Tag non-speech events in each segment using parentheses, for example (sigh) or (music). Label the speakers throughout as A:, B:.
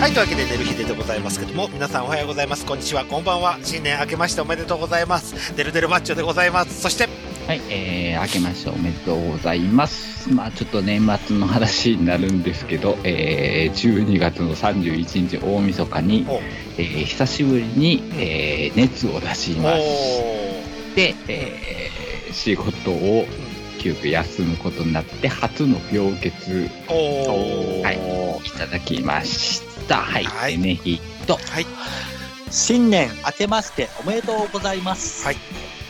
A: はい、というわけで、寝る日ででございますけども、皆さんおはようございます。こんにちは、こんばんは。新年明けましておめでとうございます。デルデルマッチョでございます。そして、
B: はい、えー、明けましておめでとうございます。まあちょっと年末の話になるんですけど、えー、12月の31日大晦日に、
A: お
B: えー久しぶりに、えー熱を出し
A: お
B: まして、えー仕事を急遽休むことになって、初の病欠
A: ーおー
B: はいいただきました。はい、
A: はい
B: でねひと。
A: はい、
C: 新年明けましておめでとうございます。
A: はい。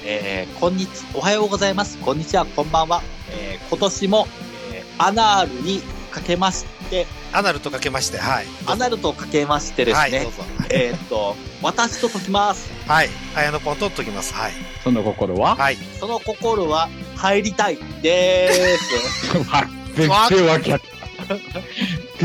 C: えー、こんにち、おはようございます。こんにちは、こんばんは。えー、今年も、えー、アナールにかけまして、
A: アナルとかけまして、はい。
C: アナルとかけましてです
A: はい、
C: ね、
A: どうぞ。
C: えーっと、私と解きます。
A: はい、綾野ポン取っときます。はい。
B: その心は、
A: はい。
C: その心は入りたいでー
A: (laughs)
C: す。
B: (laughs) 全然わけあった。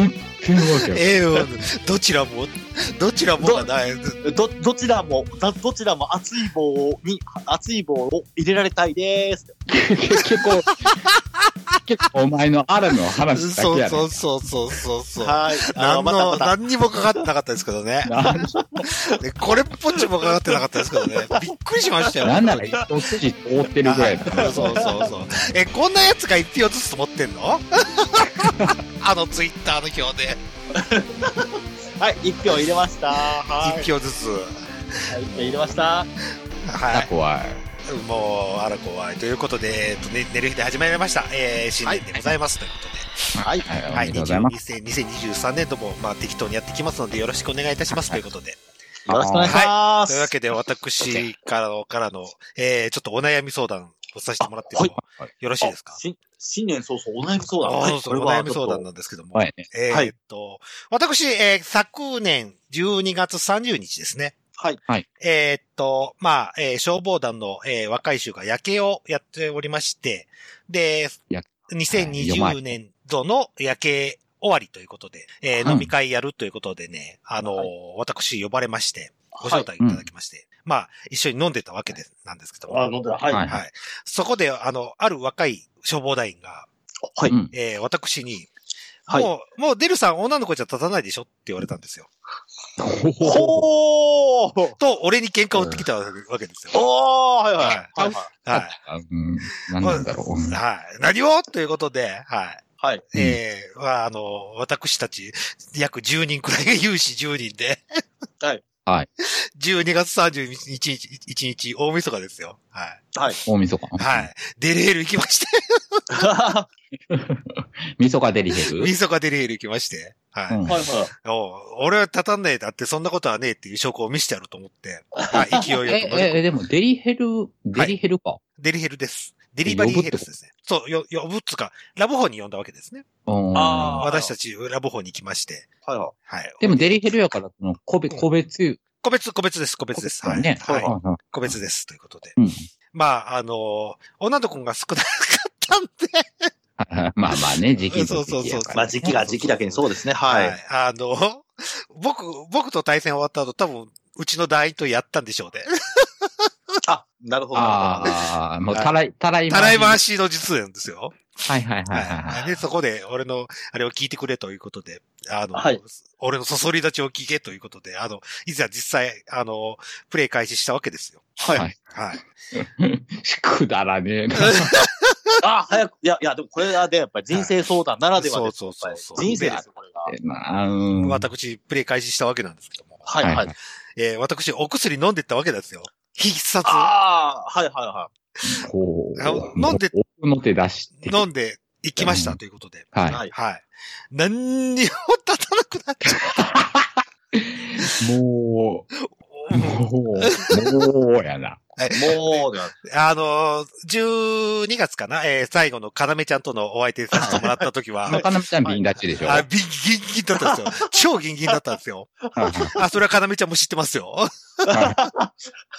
B: 全然わけあった。
A: ええよ、どちらも、 (laughs) どちらもがない。
C: ど、どちらも、どどちらも熱い棒をに、熱い棒を入れられたいでーす。
B: 結局、結構お前のアラの話だけ
A: そう
B: や
A: そ
B: ろ。
A: うそうそうそうそう。
C: はい。あ
A: 何
C: の、また
A: の、
C: また。
A: 何にもかかってなかったですけどね。
B: なん
A: でこれっぽっちもかかってなかったですけどね。びっくりしましたよ。
B: なんなら
A: 本当に
B: 一筋通ってるぐらいだか
A: は
B: ら
A: い (laughs) そうそうそう。え、こんなやつが一票ずつ持ってんのあのツイッターの票で。
C: はい、一票入れました。はい。
A: 一票ずつ。
C: はい一票入れました。
A: はい。
B: 怖い。
A: もう、あら怖い。ということで、えっとね、寝る日で始まりました。えー、新年でございます。ということで。
C: はい。
B: はい、お
A: は
B: め
A: い、
B: でとうございます。
A: 20 2023年度も、まあ、適当にやってきますので、よろしくお願いいたしますということで。
C: よろしくお願いします。
A: というわけで、私からの、からの、えー、ちょっとお悩み相談をさせてもらっても
C: はい
A: よろしいですか
C: あ新新年早々お悩み相談。
A: あそうそう、お悩み相談
C: だ。
A: なんですけども。
B: はいね。
A: え
C: は
A: ー
C: い
A: っと、私、えー昨年12月30日ですね。
C: はい。
A: えーっと、まあ、えー消防団の、えー若い衆が夜景をやっておりまして、で
B: や、
A: 2020年度の夜景終わりということで、えー
B: はい
A: 飲み会やるということでね、あのー
C: は
A: 私呼ばれまして、ご招待いただきまして、まあ、一緒に飲んでたわけで、なんですけども、
C: あ、飲んだ。はい。
B: は
C: はいい。
A: はい。そこで、あの、ある若い消防団員が、
C: はい。
B: うん
A: えー私に、
C: はい
A: もう、もうデルさん女の子じゃ立たないでしょって言われたんですよ。
C: ほー
A: と、俺に喧嘩を売ってきたわけですよ。
C: おーはいはい
A: は
C: はいい。
A: は
B: あうん、なんなんだろう。
A: い。はい。何をということで、はい。
C: はい。
A: えーまあ、あの、私たち、約10人くらいが有志10人で。
C: はい。
B: はい。
A: 12月31日、1日、大晦日ですよ。はい。
C: はい。
B: 大晦日。。
A: はい。デリヘル行きまして。
C: はい
B: 晦日デリヘル
A: 晦日デリヘル行きまして。はい。
B: うん
C: いはい。
A: お俺は立たんねえだって、そんなことはねえっていう証拠を見せてやると思って。
C: (laughs)
A: はい。勢いよく乗り込んで
B: え、え、でもデリヘル、デリヘルか。
A: デリヘルです。デリバリーヘルスですね。そう、よ、呼ぶっつうか、ラブホに呼んだわけですね。
B: うん
C: あー
A: 私たちラブホに行きまして。
C: はいは
A: はい。
B: でも、デリヘルやから、その個別、個別、
A: 個別、個別です、個別です。はい。
B: ね。
A: はい。
B: うんうん
A: 個別です、ということで。
B: うん
A: まあ、あのー女の子が少なかったんで、
B: まあまあね、時期
A: そうそうそう
B: 時期やから
C: い。まあ時期が時期だけにそうですね。はい。
A: あのー僕、僕と対戦終わった後、多分、うちの団員とやったんでしょうね。
C: あ、なるほど。なる
B: ああ、もう、たらい、たらい
A: たらい回しの実演ですよ。
B: はいはいはいはいはい。
A: で、そこで、俺の、あれを聞いてくれということで、あの、
C: はい
A: 俺のそそり立ちを聞けということで、あの、いざ実際、あの、プレイ開始したわけですよ。
C: ほど
B: は
C: はいい。
A: はい。
B: くだらねえな。
C: あ、早く。いや、いや、でもこれはね、やっぱり人生相談ならでは
A: そう
C: です。
A: そうそうそう。
C: 人生ですよ、これが。
B: まあ、うん。
A: 私、プレイ開始したわけなんですけども。
C: はいはい。
A: えー私、お薬飲んでったわけですよ。必殺。
C: ああ、はいはいは
B: こう
A: あ飲んで、
B: 奥の手出して。
A: 飲んで、行きましたということで。
C: い。
B: は
C: はい。
A: はい。何にも立たなくなっちゃ
B: い。もう、
A: う。
B: もう、もうやな。
C: もう、では
A: あのー、12月かなえー最後の要ちゃんとのお相手させてもらった時 (laughs)
B: (laughs)
A: は、
B: なかなかちゃん瓶立ちでしょ。は
A: あ、
B: い
A: ビンギンギンだったんですよ。超ギンギンだったんですよ。
B: はい
A: あ、それはかなめちゃんも知ってますよ。
B: は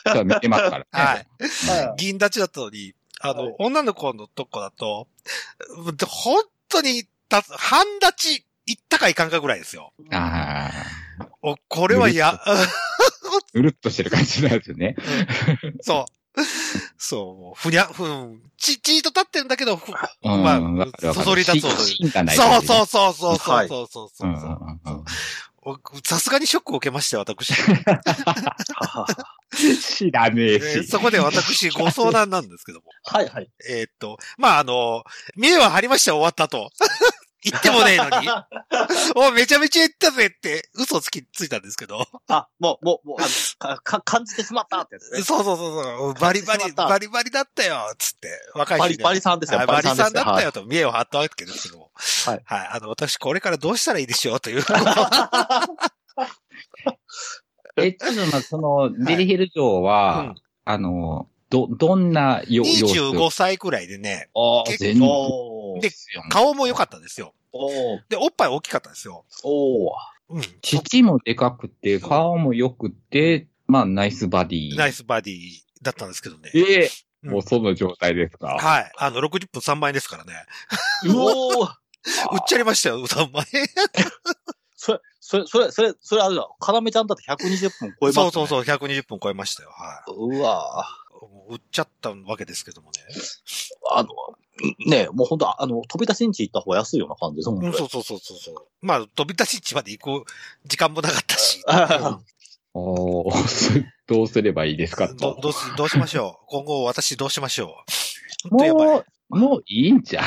B: い。そう見てますからね。
A: (laughs) はい
C: は
A: 銀立ちだったのに、あの、
C: はい
A: 女の子のとこだと、本当に、た、半立ち、いったかいかんかぐらいですよ。
C: い。
B: ああ、
A: お、これはや、
B: うるっとしてる感じなんですよね。
A: そう。そう、もう、ふにゃ、ふん、ち、ちーと立ってるんだけど、ふ
B: うん。
A: まあ
B: わかるわかる
A: そそり立つ音
B: 芯がない
A: そ
B: 感
A: う
B: じ。
A: そうそうそうそうそうそうそう
B: うんうんうん。
A: 僕さすがにショックを受けましたよ、私。
B: 知らねえ
A: えー
B: し。
A: そこで私、ご相談なんですけども。
C: はいはい。
A: えーっと、まあ、あの、見えは張りました終わったと。 (laughs) 言ってもねえの
C: (laughs)
A: に。お、めちゃめちゃ言ったぜって、嘘つき、ついたんですけど。
C: あ、もう、もう、もう、あのかか感じてしまったってやつ
A: そう
C: ね。
A: そうそうそう。バリバ
C: しま
A: リ、
C: った
A: バリバリだったよ、つって。若い人
C: バ
A: に
C: リ、バリさんですよ。
A: はいバリさん
C: です
A: だ
C: よ
A: った
C: はい
A: よと、見栄を張ったわけですけども。
C: は
A: はいい。あの、私、これからどうしたらいいでしょう
C: (laughs)
A: という。
B: え、ちょっとまあ、その、デリヘル城は、
A: うん
B: あの、ど、どんなよ様子
A: 25歳くらいでね、
B: あー
A: 結構
B: 全然
C: おー
A: で
B: ですよ
A: 顔も良かったんですよ。
C: おー
A: で、おっぱい大きかったんですよ。
C: おー
A: うん。
B: 父もでかくて、顔も良くて、まあ、ナイスバディ。
A: ナイスバディだったんですけどね。
B: ええ
A: うん
B: もうその状態ですか。
A: はい。あの、60分3万円ですからね。
C: うおー
A: 売っちゃいましたよ、3万円。
C: それ、それ、それ、それ、それあれだ。カラメちゃんだって120分超えます、ね。
A: そうそうそう、120分超えましたよ。は
C: う。うわー
A: い。もう売っちゃったわけですけどもね。
C: あの、ねえもう本当あの、飛び出しんち行った方が安いような感じですもん
A: う
C: ね
A: ん、。そうそうそうそうそう。まあ、飛び出し地まで行く時間もなかったし。
C: あ
B: おー (laughs) すどうすればいいですか
A: ど
B: と。
A: どうし、どうしましょう。今後私どうしましょう。本当やばい。
B: もう、もういいんじゃん。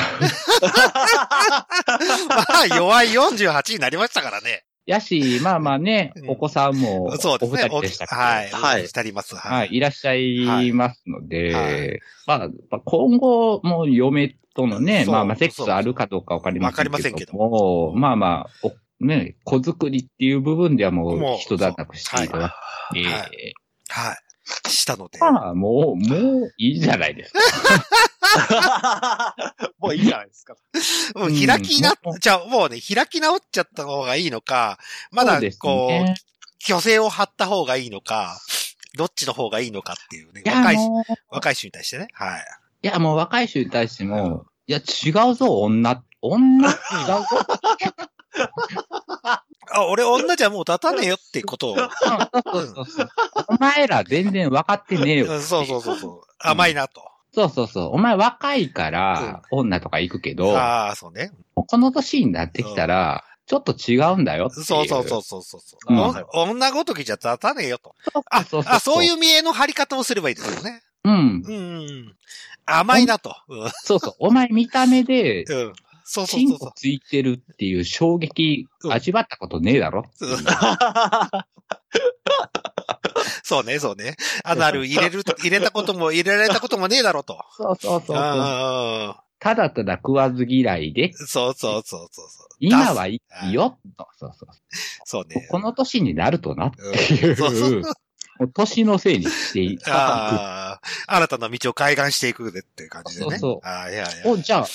A: まあ、弱い48になりましたからね。
B: やし、まあまあね
A: う、ん
B: お子さんも、お
A: そうです
B: 二
A: ね。
B: 人でしたっけ
A: はい。
C: はい
A: お二人います。
B: はい、いらっしゃいますので、
A: はい
B: まあ、まあ今後、もう嫁とのね、
A: そう
B: まあまあ、セック
A: そう
B: スあるかどうかわかりませ
A: わ
B: んけども。
A: かりませんけど
B: も。まあまあ、おね、子作りっていう部分ではも
A: も
B: う
A: う
B: 人だなくしていただいて、
A: そうはいはい。したので。
B: まあ、もう、もういいじゃないですか。
C: もういいじゃないですか。
A: もう開きな
B: うん、
A: じゃあもうね、開き直っちゃった方がいいのか、ま
B: そ
A: だ
B: うです
A: こう、
B: ね
A: 虚勢を張った方がいいのか、どっちの方がいいのかっていうね。
B: いや、
A: 若いし、
B: もう、
A: 若い衆に対してね。はい。
B: いや、もう若い人に対しても、いや、違うぞ、女、女、違うぞ。
A: (laughs) あ、俺女じゃもう立たねえよっていう
B: (laughs)
A: ことを。
B: うんそうそうそうお前ら全然分かってねえよ
A: う。んそうそうそうそう。甘いなと。
B: そうそうそう。お前若いから、女とか行くけど、
A: ああ、そうね。
B: この年になってきたら、ちょっと違うんだよっていう。
A: そうそうそうそうそう
B: うん
A: お女ごときじゃ立たねえよと。
B: そう。
A: あ、
B: そう。
A: あそういうう見栄の張り方をすればいいですよね。
B: うん。
A: うんうん。甘いなと。うん。
B: そうそう。お前見た目で、
A: うんそうそう
B: チ
A: そ
B: ン
A: うそ
B: コついてるっていう衝撃、
A: うん
B: 味わったことねえだろ。
A: う。うん (laughs) そうね、そうね。アナル入れる、入れたことも入れられたこともねえだろと。
B: そうそう
A: う
B: そ
A: んう
B: うそう。
A: んうん
B: ただただ食わず嫌いで、
A: そうそうそうそうそう。
B: 今はいいよ。そうそうそう。
A: そうね。
B: この年になるとなっていう、
A: うんそうそう
B: (laughs) もう年のせいにしていく。
A: ああ、新たな道を開眼していくぜっていう感じでね。
B: そうそう
A: ああ、いやいや。
B: お、じゃあ、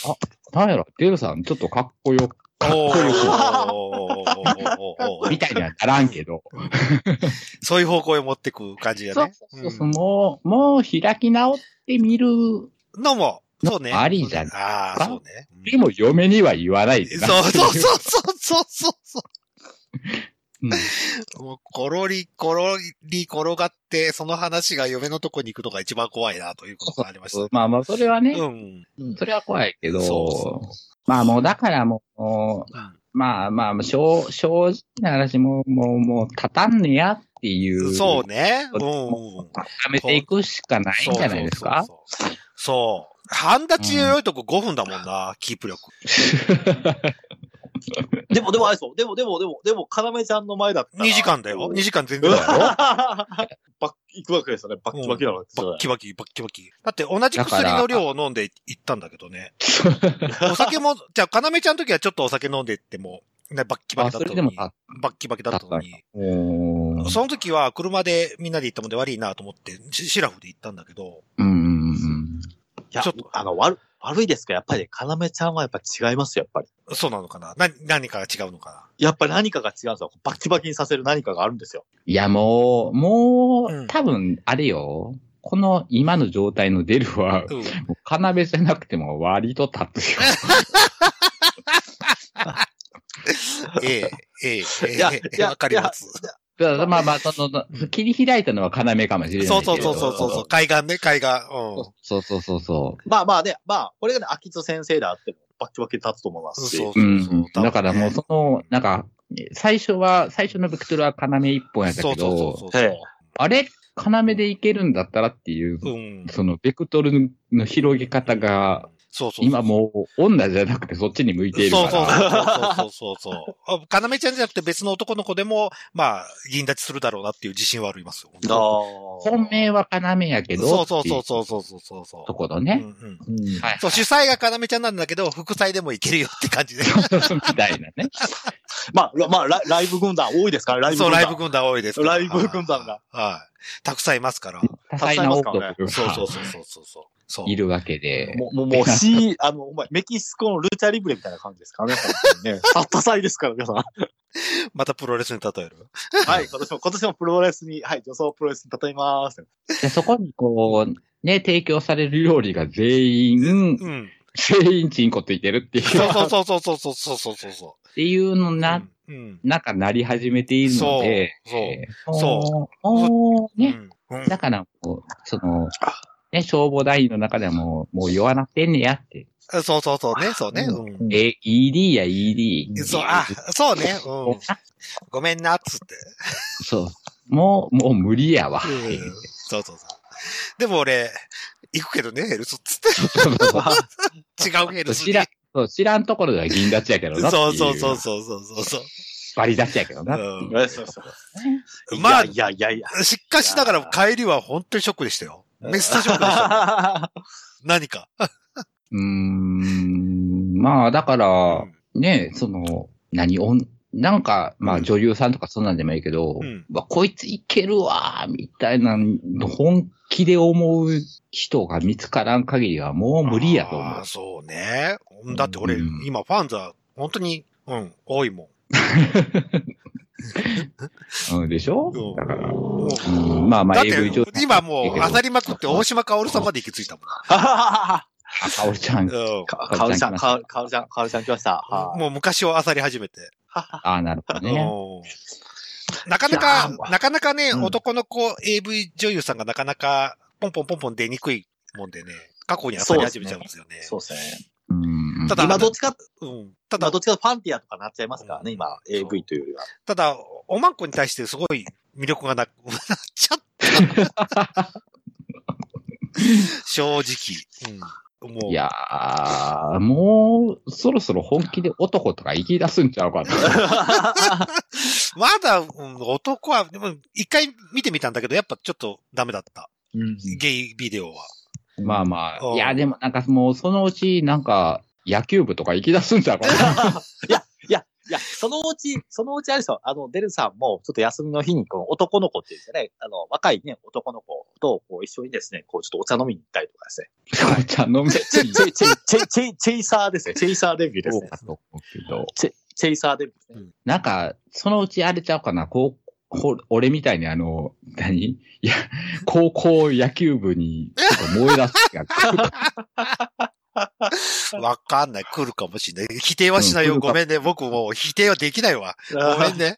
B: あ、なんやろ、デルさん、ちょっとかっこよ、かっ
A: お
B: こよ
A: ーおーおーおーおーお
B: く、
A: ー
B: みたいにはならんけど。
A: そういう方向へ持ってく感じだ
B: そう
A: ね。
B: そうそう、もう、もう開き直ってみる。
A: うんのも、そうね。
B: ありじゃない
A: ああ、そうね。うん
B: でも、嫁には言わないでな。
A: そうそうそうそうそうそう
B: うん。
A: そう。もう、コロリ、コロリ転がって、その話が嫁のとこに行くのが一番怖いな、ということがありました。
B: まあまあ、それはね、
A: うん。
B: それは怖いけど、
A: そうそ
B: まあもう、だからもうもう、まあまあ、正正直な話、もう、もう、もう、たたんねやっていう。
A: そうね。うん。
B: 固めていくしかないんじゃないですか
A: そうそうそうそうそう。半立ちよいとこ5分だもんな、キープ力。
C: (laughs) でも、でも、あれそう。でも、でも、でも、でも、カラメちゃんの前だったら。
A: 2時間だよ。2時間全然
C: う
A: だ
C: わ
A: よ。
C: (laughs) バッ、行くわけですよね。バッキバキなわけです
A: バ
C: よ
A: ッ
C: ね。
A: キバキ、バッキバキ。だって同じ薬の量を飲んで行ったんだけどね。お酒も、じゃあ、かなめちゃんの時はちょっとお酒飲んでっても、ね、バッキバ
B: あ、
A: キだ
B: そ
A: った
B: れ
A: の
B: でも
A: に。
B: た、
A: バッキバキだったのに。
B: おー
A: その時は車でみんなで行ったもんで悪いなと思って、シシラフで行ったんだけど、
B: うんうんうん。
C: いや
A: ちょっと
C: あの、悪、悪いですかやっぱり、カラメちゃんはやっぱ違いますよ、やっぱり。
A: そうなのかなな、何かが違うのか
C: やっぱり何かが違うんですよ。バッキバキにさせる何かがあるんですよ。
B: いや、もう、も
A: う
B: う、
A: ん
B: 多分、あれよ。この今の状態のデルは、
A: なうん。
B: 要じゃなくても割と立つよ。
A: ええ、ええ、
C: いや
A: え
C: い
A: え、
C: や
A: わかります。
B: だからまあまあ、その、切り開いたのは要かもしれないけ
A: そ
B: ど。
A: うそうそうそうそうそう、海岸ね、海岸。うん。
B: そうそうそうそう。
C: まあまあね、まあ、これがね、秋津先生であっても、バッキバキに立つと思いますし。
A: そうそう
B: う
A: そ
B: ん
A: うそう。
B: だからもうその、なんか、最初は、最初のベクトルは要一本やった
A: そ
B: け
A: うそうそうそ
B: ど、
A: う。
C: ええ
B: あれ要でいけるんだったらっていう、
A: うん。
B: そのベクトルの広げ方が、
A: そうそう。
B: 今もう女じゃなくてそっちに向いているか
A: そう
B: ら。
A: そう
C: ら
A: そうそうそうそう。あ要ちゃんじゃなくて別の男の子でも、まあ、銀立ちするだろうなっていう自信はありますよ。
C: あー
B: 本命は要やけど、
A: そうそうそう
B: う。
A: そうそうそうそうそう。
B: ところ
A: う
B: ね。
A: んうん
C: うん
B: はい。
A: そう、主催が要ちゃんなんだけど、副菜でもいけるよって感じで。
B: みたいなね。
C: まあ、らまあラ、ライブ軍団多いですから、ライブ
A: そう、
C: 軍
A: ラ
C: 団。
A: イブ軍団多いですから。
C: ライブ軍団が
A: はい。はい。たくさんいますから。
B: 多彩な王国が
A: そうそうそうそうそうそう。そう
B: いるわけで。
C: もう、もう、もう、し、あの、お前、メキシコのルチャリブレみたいな感じですからね。本当にね。たったさいですから、皆さん。
A: またプロレスに例える。
C: はい、今年も、今年もプロレスに、はい、女装プロレスに例えます。
B: で、そこにこう、ね、提供される料理が全員、
A: うん。
B: 全員チンコついてるっていう、っ
A: そうそうそうそうそうそうそうそうそ
B: ていうの
A: う。
B: な、、
A: うん。
B: なんかなり始めているので、
A: そう
B: えー
A: そ
B: もう、
A: う
B: ね、
A: ん。うん
B: だからもう、その、ね、消防団員の中ではもう、もう弱なってんねやって。
A: そうそうそうね、そうね。
C: う
A: うん。
C: うん
B: え、ED や ED。
A: そう、あ、そうね。
B: も
A: う。
B: うん
A: ごめんな、っつって。
B: そう。もう、もう無理やわ。
A: うん。そうそうそう。でも俺、行くけどね、ヘルスっつっ
B: (laughs) そ
A: (laughs)
B: うそうそう
A: て。違うヘルス
B: 知
A: に。
B: らん、そう知らんところでは銀立ちやけどなってい
A: そうそうそうそうそうそうそう。
B: バリ立ちやけどなっていう。
A: うん
C: そうそう。
A: ま
C: いやいやいや。
A: あ、しかしながら帰りは本当にショックでしたよ。
C: うん
A: メスタショックでしたよ。何か。
B: うーん、まあ、だから、ね、その、何、おん、なんか、ま
A: う
B: あ
A: ん
B: 女優さんとかそんなんでもいいけど、
A: うん
B: まあこいついけるわー、みたいなの、本気で思う人が見つからん限りはもう無理やと思
A: あ
B: う
A: ー。そうね。だって俺、
B: うん
A: 今ファンザ、本当に、うん、多いも
B: (laughs) うん、でしょ
A: うん
B: だから、
A: ん。もう
B: うん、まあま
A: だ
B: あ
A: って
B: AV 上、
A: 今もう、あ
B: あ
A: ざりまくって大島かおるさんまで行き着いたもん。
C: か
B: かおりちゃ
A: うん。
B: ん、
C: かおるちゃん、かおかおるちゃん、かおるちゃん来ました。はい。
A: もう昔をあさり始めて。
B: ああ、なるほどね。
A: うんなかない
C: や
A: か、なかなかね、
C: うん
A: 男の子 AV 女優さんがなかなか、ポンポンポンポン出にくいもんでね、過去にあさり始めちゃうんですよね。
C: そうですね。
B: うん
A: た。だ
C: 今どっちか、
A: うん。た
C: 今
A: だ
C: ど、っちかファンティアとかなっちゃいますからね、今、AV というよりは。
A: ただ、おまんこに対してすごい魅力がなく (laughs) なっちゃった。正直。うん。もう。
B: いやー、もう、そろそろ本気で男とか言い出すんちゃ
A: (laughs)
B: うかな。
A: まだ、うん男は、でも、一回見てみたんだけど、やっぱちょっとダメだった。ゲイビデオは。
B: まあま
A: う
B: あ、
A: ん
B: いや、でもなんかもうそのうち、なんか、野球部とか行き出すんじゃ
A: (laughs)
B: うかな。
C: いや、いや、いや、そのうち、そのうちあれですよ、あの、デルさんも、ちょっと休みの日に、この男の子っていうんですかね、あの、若いね、男の子と、こう、一緒にですね、こう、ちょっとお茶飲みに行ったりとかですね。
B: ちゃん飲め
C: チェイ、チェイ、チェイ、チェイ、チェイ、チェイサーですね。チェイサーデビューです
B: そう
C: ね
B: か。と思うけど。
C: チェイ、チェイサーデビューですね。
B: なんか、そのうちあれちゃうかな、こう、ほ俺みたいにあの、何いや、高校野球部に、燃え出す
A: (laughs)
B: 日が来るか
A: わかんない。来るかもしれない。否定はしないよ。
B: うん来るか
A: ごめんね。僕もう否定はできないわ。ごめんね。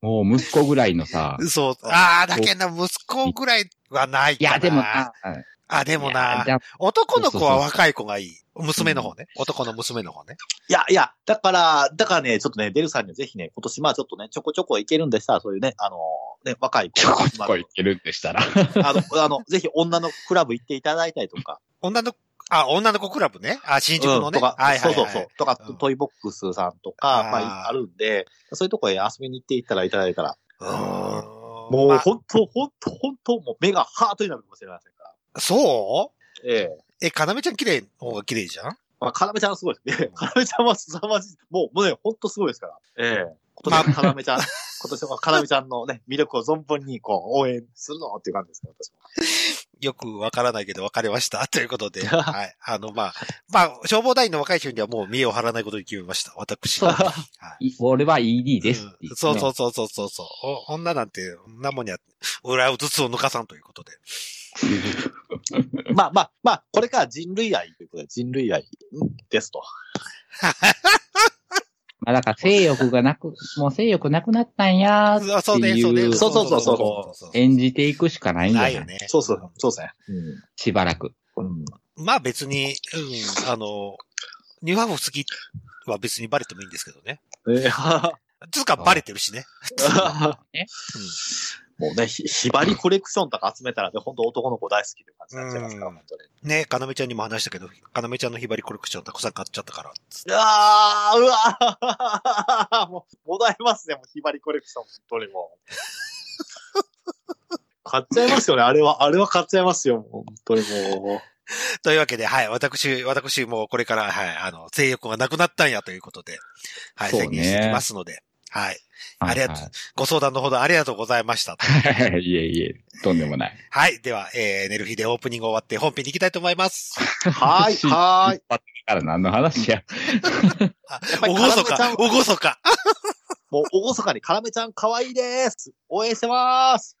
B: もう息子ぐらい
A: (laughs)
B: のさ、
A: そう。ああ、だけどな、息子ぐらいはない
B: い
A: かな。
B: や、でもな、
A: あ、で
B: で
A: もな。
B: じゃあ
A: 男の子は
B: そうそうそう
A: 若い子がいい。娘の方ね。男の娘の方ね。
C: いや、いや、だから、だからね、ちょっとね、デルさんにはぜひね、今年まあちょっとね、ちょこちょこいけるんでしたら、そういうね、あの、ね、若い子。
B: ちょこちょこ行けるんでしたら。
C: まああの、 (laughs) あの、ぜひ女のクラブ行っていただいたりとか。
A: 女の、あ、女の子クラブね。あ、新宿の
C: うん
A: ね。
C: とか、
A: はいはいはい。
C: そうそうそう。とか、
A: うん
C: トイボックスさんと
A: あ
C: か
A: ー、
C: まあ、あるんで、そういうとこへ遊びに行っていただいたらいたら、
A: うーん。
C: もう
A: ま
C: 本当、本当、本当、もう目がハートになるかもしれませんから。
A: あ、そう
C: ええ。
A: え、かなめちゃん綺麗の方が綺麗じゃん
C: まあ、かなめちゃんはすごいですね。かなめちゃんはすさまじい。もう、もうね、ほんとすごいですから。ええ今年のかなめちゃん、 (laughs) 今年のかなめちゃんのね、魅力を存分にこう、応援するのっていう感じですね、私も。
A: よくわからないけど分かれました。 (laughs) ということ
C: (laughs)
A: で、はい。あの、まあ、まあ、消防団員の若い人にはもう見栄を張らないことに決めました。私。
C: そう
A: はい
B: い俺は ED ですって。
A: うんそうそううそうそうそうそう。お女なんて、んなもんには、裏を頭痛を抜かさんということで。
C: まあまあ、まあ、これから人類愛ということで、人類愛ですと。
B: まあだから性欲がなく、もう性欲なくなったんやー
A: あそうね、そうね。
C: そうそうそうそう
B: 演じていくしかないんじゃな
A: ないいよね。
C: そうそう、そうですね。
B: しばらく。
C: うん。うん。
A: まあ別に、うん、あの、ニューハーフ好きは別にバレてもいいんですけどね。
C: ええはは
A: つうか、バレてるしね。
B: ね
C: もうね、ひ、ひばりコレクションとか集めたらね、本当男の子大好きって感じになっちゃいますから、
A: うん
C: 本当に。
A: ね、かなめちゃんにも話したけど、かなめちゃんのひばりコレクションたくさん買っちゃったから。
C: あー、うわーもう、もだえますね、もうひばりコレクション、本当にもう。買っちゃいますよね、あれは、あれは買っちゃいますよ、もう本当にも
A: というわけで、はい、私、私もこれから、はい、あの、性欲がなくなったんやということで、はい、
B: そうね
A: 宣言してきますので、はい。ありがとう
B: は
A: ご相談のほどありがとうございま
B: (laughs)
A: した。
B: いはい。いえいえ、とんでもない。
A: はい。では、えー、寝る日でオープニング終わって本編に行きたいと思います。
C: う。はーい、はーい。
B: だから何の話や。
A: あ
C: やっぱ
A: お
C: り
A: ごそ
C: カ
A: か
C: ラメ、ちゃん
A: おごそか。
C: もう、おごそかに、カラメちゃん可愛いです。応援してます。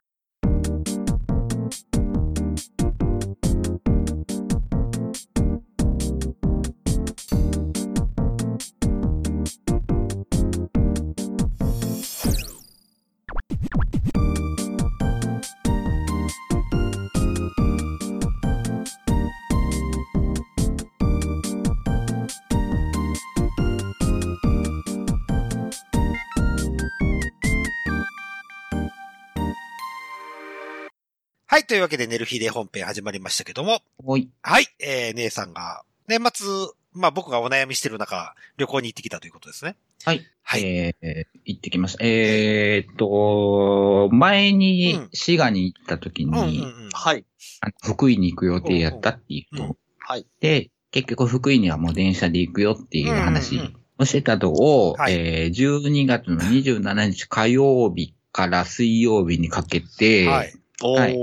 A: はい。というわけで、寝る日で本編始まりましたけども、
B: おい。
A: はい。えー、姉さんが、年末、まあ僕がお悩みしてる中、旅行に行ってきたということですね。
B: はい。
A: はい
B: えー、行ってきました。えーっと、前
A: う
B: に
A: ん
B: 滋賀に行った時
A: うんうん
B: に、
A: うん。
C: はい。
B: あの福井に行く予定やったってい
A: う
B: う
A: んうんうん
B: 人。
C: はい。
B: で、結局福井にはもう電車で行くよっていう話
A: うんうんうん
B: をしてたのを、
A: はい
B: えー、12月の27日火曜日から水曜日にかけて、
A: はい。
C: おー。
B: はいえー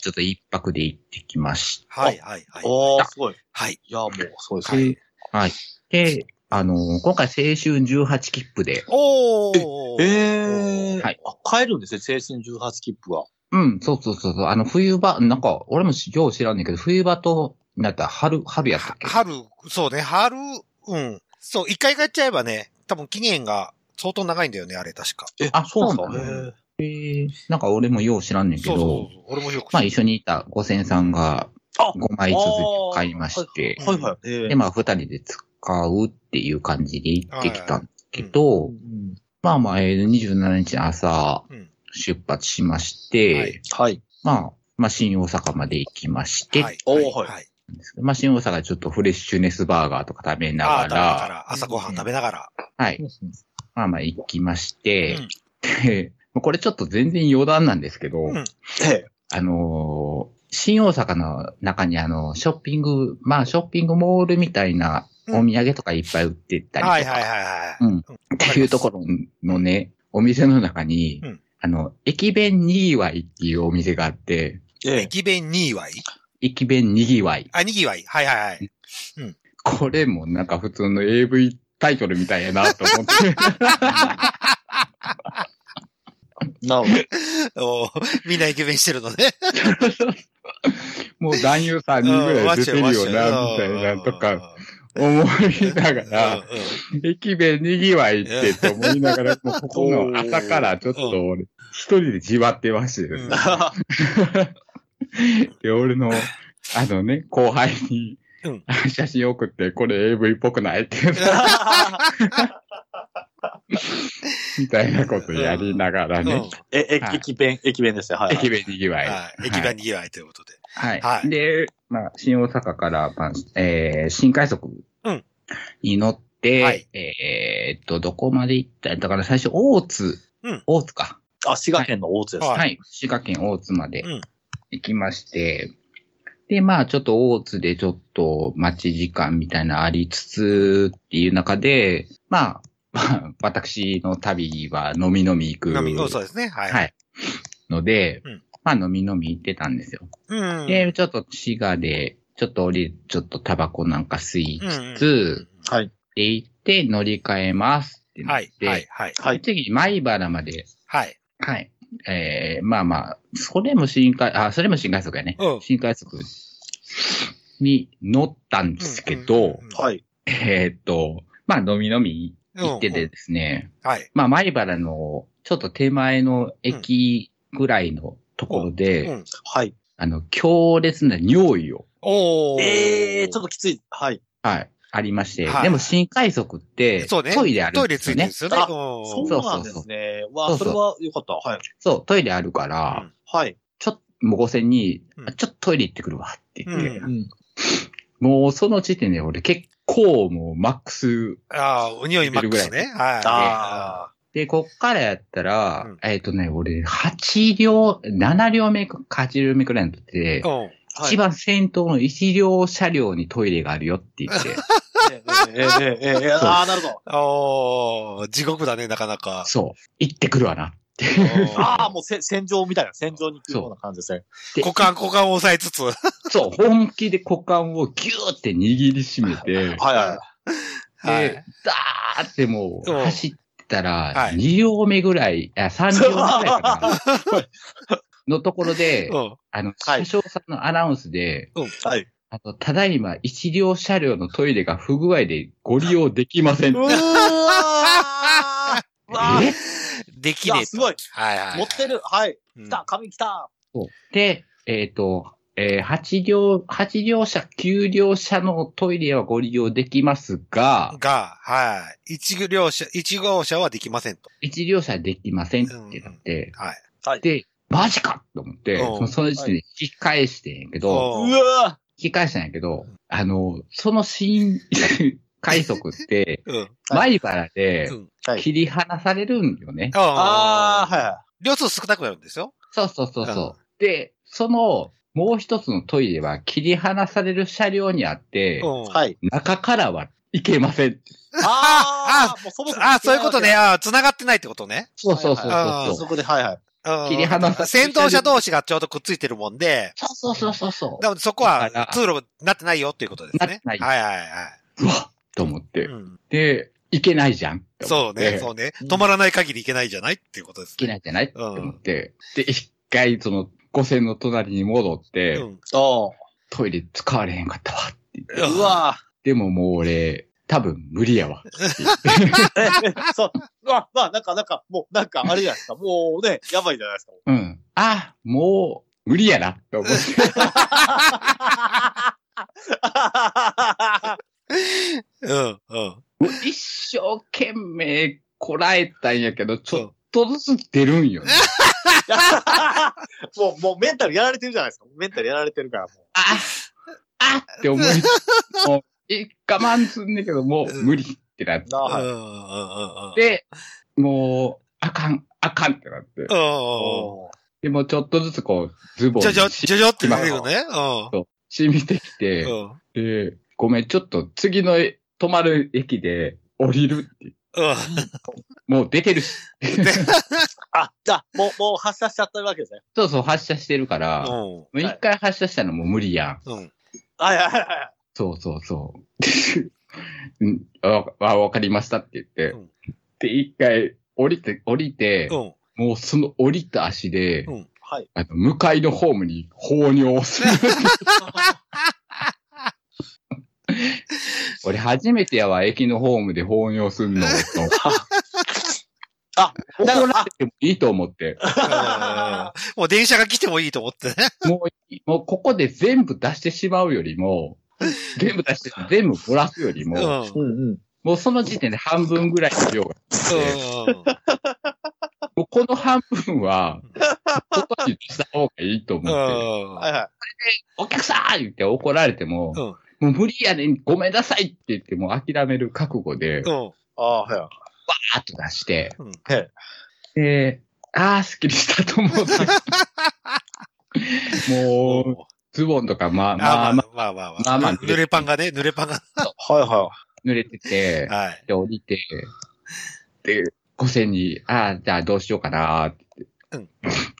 B: ちょっと一泊で行ってきました。
A: はい、はい、はい。
C: おー、すごい。
A: はい。
C: いや、もう、そうですね。
B: ではい。で、あのー今回青春18切符で、
A: おー。
C: えー、
B: はい
C: あ買えるんですね、青春18切符は。
B: うん、そうそうそうそう、あの、冬場、なんか、俺もよう知らんねんけど、冬場と、なったら春、春やったっけ
A: 春、そうね、春、うん。そう、一回買っちゃえばね、多分期限が相当長いんだよね、あれ確か。
C: え
B: あそうなん
C: なんですか
A: だ
C: へー
B: なんか俺もよう知らんねんけ
A: そうそ
B: ど
A: う、そう。俺もよく
B: まあ一緒にいた五千さんが
C: あ
B: 5枚続きを買いまして、
C: はいはい。えー
B: で、まあ二人で使うっていう感じで行ってきたんだけど、
C: うん
B: まあまあ、えー27日の朝
A: うん、
B: 出発しまして、
A: はい
C: はい。
B: まあ、まあ新大阪まで行きまして、
A: はい。
C: おーはい
A: はい。
B: まあ、新大阪でちょっとフレッシュネスバーガーとか食べな
A: ああ、
B: が
A: 食べなが
B: ら、
A: ら、朝ごはん食べながら。
B: はい。まあまあ行きまして
A: うん、
B: でまあこれちょっと全然余談なんですけど、
A: うん
C: え
B: あのー新大阪の中にあの、ショッピング、まあショッピングモールみたいな
A: うん
B: お土産とかいっぱい売ってたりとか、
A: はいはいはいは
B: うん。っ
A: い。
B: ていうところのね、お店の中に、
A: うん
B: あの、駅弁にぎわいっていうお店があって、
C: えええ
A: 駅弁にぎわい
B: 駅弁にぎわい。
A: あ、にぎわい。はいはいはい。
B: これもなんか普通の AV タイトルみたいやなと思って。
A: (laughs)
C: なるほど。
A: おーみんな駅弁してるのね。
B: もう男優さんにぐらい出てるよな、みたいなとか、思いなが
A: うん
B: ら、駅弁にぎわいってと思いながら、もうここの朝からちょっと俺、一人でじわってましてですね。で、
A: (laughs)
B: 俺の、あのね、後輩に
A: うん、
B: 写真送って、これ AV っぽくないって言
A: (laughs)
B: う、みたいなことやりながら
A: うんうん
B: ね、
C: え、え
B: はい
C: 駅弁、駅弁ですね。はい。
B: 駅弁にぎわい。
A: はい駅弁にぎわいということで。
B: はい。
A: はい
B: で、まあ、新大阪から、まあ、えー新快速
A: うん
B: に乗って、
A: はい
B: えーっと、どこまで行っただから最初、大津、
A: うん
B: 大津か。
C: あ、滋賀県の大津です。
A: は
B: はいい。滋賀県大津まで
A: うん
B: 行きまして、で、まあ、ちょっと大津でちょっと待ち時間みたいなのありつつっていう中で、まあ、まあ、 (laughs) 私の旅は飲み飲み行く
A: 飲み、そうですね。はい。
B: はいので、
A: うん
B: まあ飲み飲み行ってたんですよ。
A: うん。
B: で、ちょっと滋賀で、ちょっと降りる、ちょっとタバコなんか吸いつつ、
C: はい。
B: で行って乗り換えますってなっ
A: はい、
B: て、
A: はい、はい。
C: はい。
B: 次、米原まで、
A: はい。
B: はい。えー、まあまあ、それも新快、あ、それも新快速やね。
A: うん
B: 新快速に乗ったんですけど、
A: い。
C: はい。
B: えーっと、まあ飲み飲み行ってて
A: で
B: ですね、
A: はい。
B: まあ米原のちょっと手前の駅ぐらいのところで、
A: うん
C: はい。
B: あの、強烈な尿意を、
A: おー。
C: ええちょっときつい。はい。
B: はい。ありまして、
A: はい
B: でも新快速って、
A: そうね
B: トイレある
A: ト
B: ん
A: イレ
B: で
A: つい
B: す
A: てるんで。すよ
B: よね
A: ね。
C: あ
A: う
C: そ
A: ん
C: うなんですね。わあ、
B: そ
C: そ
B: うそ
C: れ
B: う
C: はよかった。はい。
B: そう、トイレあるから、
A: うん
C: はい。
B: ちょっと、もう午前に、
A: うん
B: あちょっとトイレ行ってくるわって言って、
A: う
C: うん。
B: もうその時点で俺結構もうマックス、
A: ああ、お匂いマックスね。はい。
C: あ
B: で、こっからやったら、
A: うん
B: えっ、とね、俺8両、7両目か8両目くらいの時で、
A: うん。
C: あ
B: 一番先頭の1両車両にトイレがあるよって言
A: (laughs)
B: って、
C: ええええええええああ、なるほど。
A: おー、地獄だね、なかなか。
B: そう、行ってくるわな。
C: ああ、
A: う
C: もうせ戦場みたいな、戦場に行くような感じですね。
B: で
A: 股間、股間を押さえつつ。
B: そう、本気で股間をギューって握りし
A: (laughs)
B: めて、
C: はいはい。
A: はい。
B: で、ダーってもう
A: うん
B: 走ったら
A: は、い
B: 2両目ぐらい、あ3両目ぐらいか
A: (laughs)
B: な、のところで
A: う、ん。
B: あの、
C: はい
B: 車掌さんのアナウンスで、
C: はい。
B: あの、ただいま一両車両のトイレが不具合でご利用できません。
C: うわーうわー
B: え
A: できね
C: い
A: え
C: や
A: と。
C: すごい。
A: はいはいはい。
C: 持ってる。はい。
A: うん。
C: 来た、紙来た。
B: で、えっ、と、え8両、八両車、9両車のトイレはご利用できますが、
A: が、はい。一両車、一号車はできませんと。
B: 1両車できませんってなって、
A: はい。
C: はい。
B: で、マジかと思って、
A: うん
B: そのその時点で引き返してんやけど、
A: お
C: う
A: う
C: わ
B: 引き返したんやけど、あの、その新 (laughs) 快速って、
A: うん。
C: は
B: 前原で
A: うん
C: はい
B: 切り離されるんよね。
C: ああ、
A: い。
C: は
A: 両数少なくなるんですよ。
B: そうそうそう
A: うん
B: そう。で、その、もう一つのトイレは切り離される車両にあって、
A: うん
C: い。はい。
B: 中からは行けません。
C: ああ、もうそもそも
A: あ、そういうことね。。ああ、繋がってないってことね。
B: そうそうそう
A: あ
B: そう
C: そ。こで、はいはい。
A: うん
B: 切り離さ
A: 先頭車同士がちょうどくっついてるもんで、
B: そうそうそうそう。
A: なのでそこは
B: だから
A: 通路になってないよっていうことですね。
B: なってな
A: はいはいは
B: うわっと思っ
A: い。
B: て
A: う。ん、
B: で、行けないじゃん。って思
A: そ
B: っ
A: う
B: て
A: ね、そうね。
C: うん
A: 止まらない限りいけないじゃないっていうことです
B: 行け
A: ね。
B: ないじゃないって
A: うん
B: 思って。で、一回その、五線の隣に戻って、
A: うん
C: おう
B: トイレ使われへんかったわって言って。
C: うわ
B: でももう俺、多分無理やわ。
C: ーええ (laughs) そう。うわ、まあ、なんか、なんか、もう、なんか、あれじゃないですか。もうね、やばいじゃないですか。
B: うん。あ、もう、無理やな、って思って。
A: うん、うん。
B: 一生懸命こらえたんやけど、ちょっとずつ出るんよね。
A: (laughs)
C: もう、もうメンタルやられてるじゃないですか。メンタルやられてるから、もう。
B: ああって思い、もう、え我慢すんだけど、もう無理ってなっ
C: なあ、
A: うん、うん、
C: はい。
A: うん。うん、
B: て、もう、あかん、あかんってなって
A: う。んうん
C: お
B: でもちょっとずつこう、ズ
A: う
B: ボ
A: ん。
B: ン
A: じゃじゃ、
B: に
A: じゃじゃって出てくるね。
B: 染みてき
A: う
B: て、
A: ん。うん。
B: で、ごめん、ちょっと次のえ止まる駅で降りるって。
A: うん。
B: もう出てるし。
C: あ、じゃあ、もう、もう発射しちゃってるわけですね。
B: そうそう、発射してるから、も
A: うん
B: う一回発射したのもう無理やん。
A: うん。
C: はいはいはい。
B: そうそうそう。 (laughs) うんあ、あわかりましたって言って。
A: うん
B: で、一回降りて、降りて、
A: うん。
B: もうその降りた足で、
A: うん
C: はい。
B: あの向かいのホームに放尿す
A: (laughs)
B: る。俺初めてやわ、駅のホームで放尿すんの。
C: あ、
B: 怒
C: だから
B: られてもいいと思って。
A: もう電車が来てもいいと思ってね。
B: もう、もうここで全部出してしまうよりも、全部出して、全部漏らすより
A: う
B: も、
A: ん。うん。
C: うんうん。
B: もうその時点で半分ぐらいの量が、もうこの半分は、外に出した方がいいと思
A: う
B: って、
A: ん。
C: はいは
B: お客さん言って怒られても、
A: うん
B: もう無理やねん、ごめんなさいって言って、もう諦める覚悟で、
A: う
B: バ
A: ん。
C: ああ、はいはい。
B: ーッと出して、
A: うん
C: へ
B: で、あー、すっきりしたと思って。
A: (laughs)
B: もう、ズボンとか、まあま
A: あ
B: あ、
A: ま
B: ま
A: あまあまあまあ。
B: まあまあ
A: 濡れパンがね、濡れ
B: (laughs)
A: パンが。
C: はい
B: あ、
C: は
B: 濡れてて、
A: はい。
B: で、降りて、で、五線に、ああ、じゃあどうしようかなーっ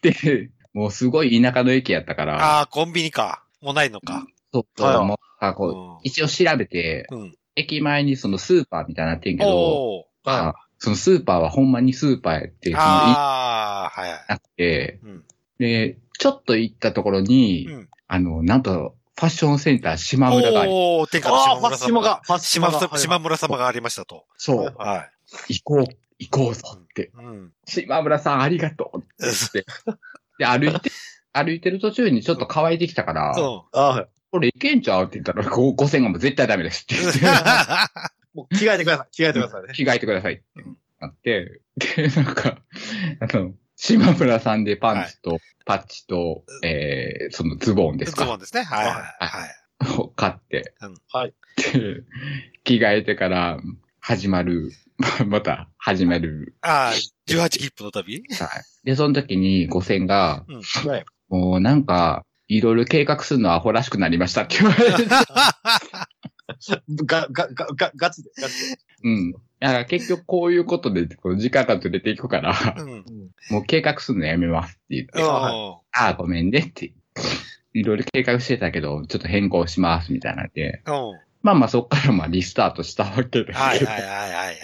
B: て。 (laughs) で、もうすごい田舎の駅やったから、
A: ああ、コンビニか。もうないのか。
B: そうそう、
C: はい
B: もうあこ
A: う。
B: うん一応調べて、
A: うん。
B: 駅前にそのスーパーみたいになってんけど、
A: おお。
B: まあそのスーパーはほんまにスーパーやって、その行っ
A: ああ、はいはい。
B: てなくて、
A: うん。
B: で、ちょっと行ったところに、
A: うん。
B: あの、なんと、ファッションセンター島村があり、
A: おお、天下
C: ああ、
A: の
C: ファッシモが。。ファッシモ
A: 島
C: が。
A: 村島村様がありましたと。
B: そう、
A: は
B: 行こう、行こうぞって、
A: い。うん。
B: 島村さんありがとうって
A: (laughs)
B: 言って、で、歩いて、歩いてる途中にちょっと乾いてきたから、
A: うん。
C: ああ、はい。
B: これいけんちゃうって言ったら、こう5000円も絶対ダメですって言って、
C: もう着替えてください。着替えてくださいね。
B: 着替えてくださいってなって、で、なんか、あの、島村さんでパンツとパッチと、えー、そのズボンです
A: ズボ
B: か
A: ンですね。はい。
C: はい
A: はい。
B: を買って、
C: はい。
B: で着替えてから始まる、 (laughs) また始まる。
A: ああ、18切符の旅
B: はいで、その時に5000が、
C: はい。
B: もうなんか、いろいろ計画するのはアホらしくなりましたって言われ
C: (laughs)
B: て。
C: が、が、が、が、ガチで、ガチで。
B: うん。だから結局こういうことで、こう時間がずれていくから、 (laughs)
A: うん。
C: うん。
B: もう計画するのやめますって言って、
A: お
B: ああ、ごめんねって。いろいろ計画してたけど、ちょっと変更しますみたいなんで。
A: ーおー
B: まあまあそこからまあリスタートしたわけで。
A: はいはいはいはいはい。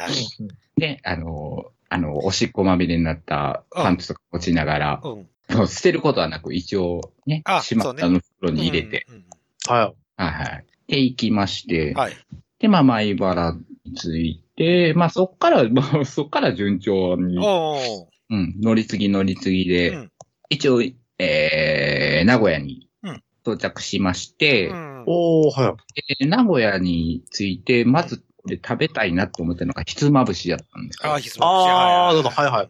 B: で、あの、あの、おしっこまみれになったパンツとか落ちながら、
A: うん。
B: もう捨てることはなく一応ね
A: あ、
B: しまったの袋に入れて。
A: うん。うん
C: は
B: はいはい。で、行きまして、
A: はい。
B: で、まあ、米原について、まあ、そっから、 (laughs) まあ、そっから順調に、
A: おー
B: うん、乗り継ぎ乗り継ぎで、
A: うん
B: 一応、えー、名古屋に
A: うん
B: 到着しまして、
A: うん
C: おおは
B: で名古屋について、まず、で食べたいなと思ったのが、ひつまぶしだったんですよ
A: ああ、ひつまぶし。
C: あーなるほどはいはい。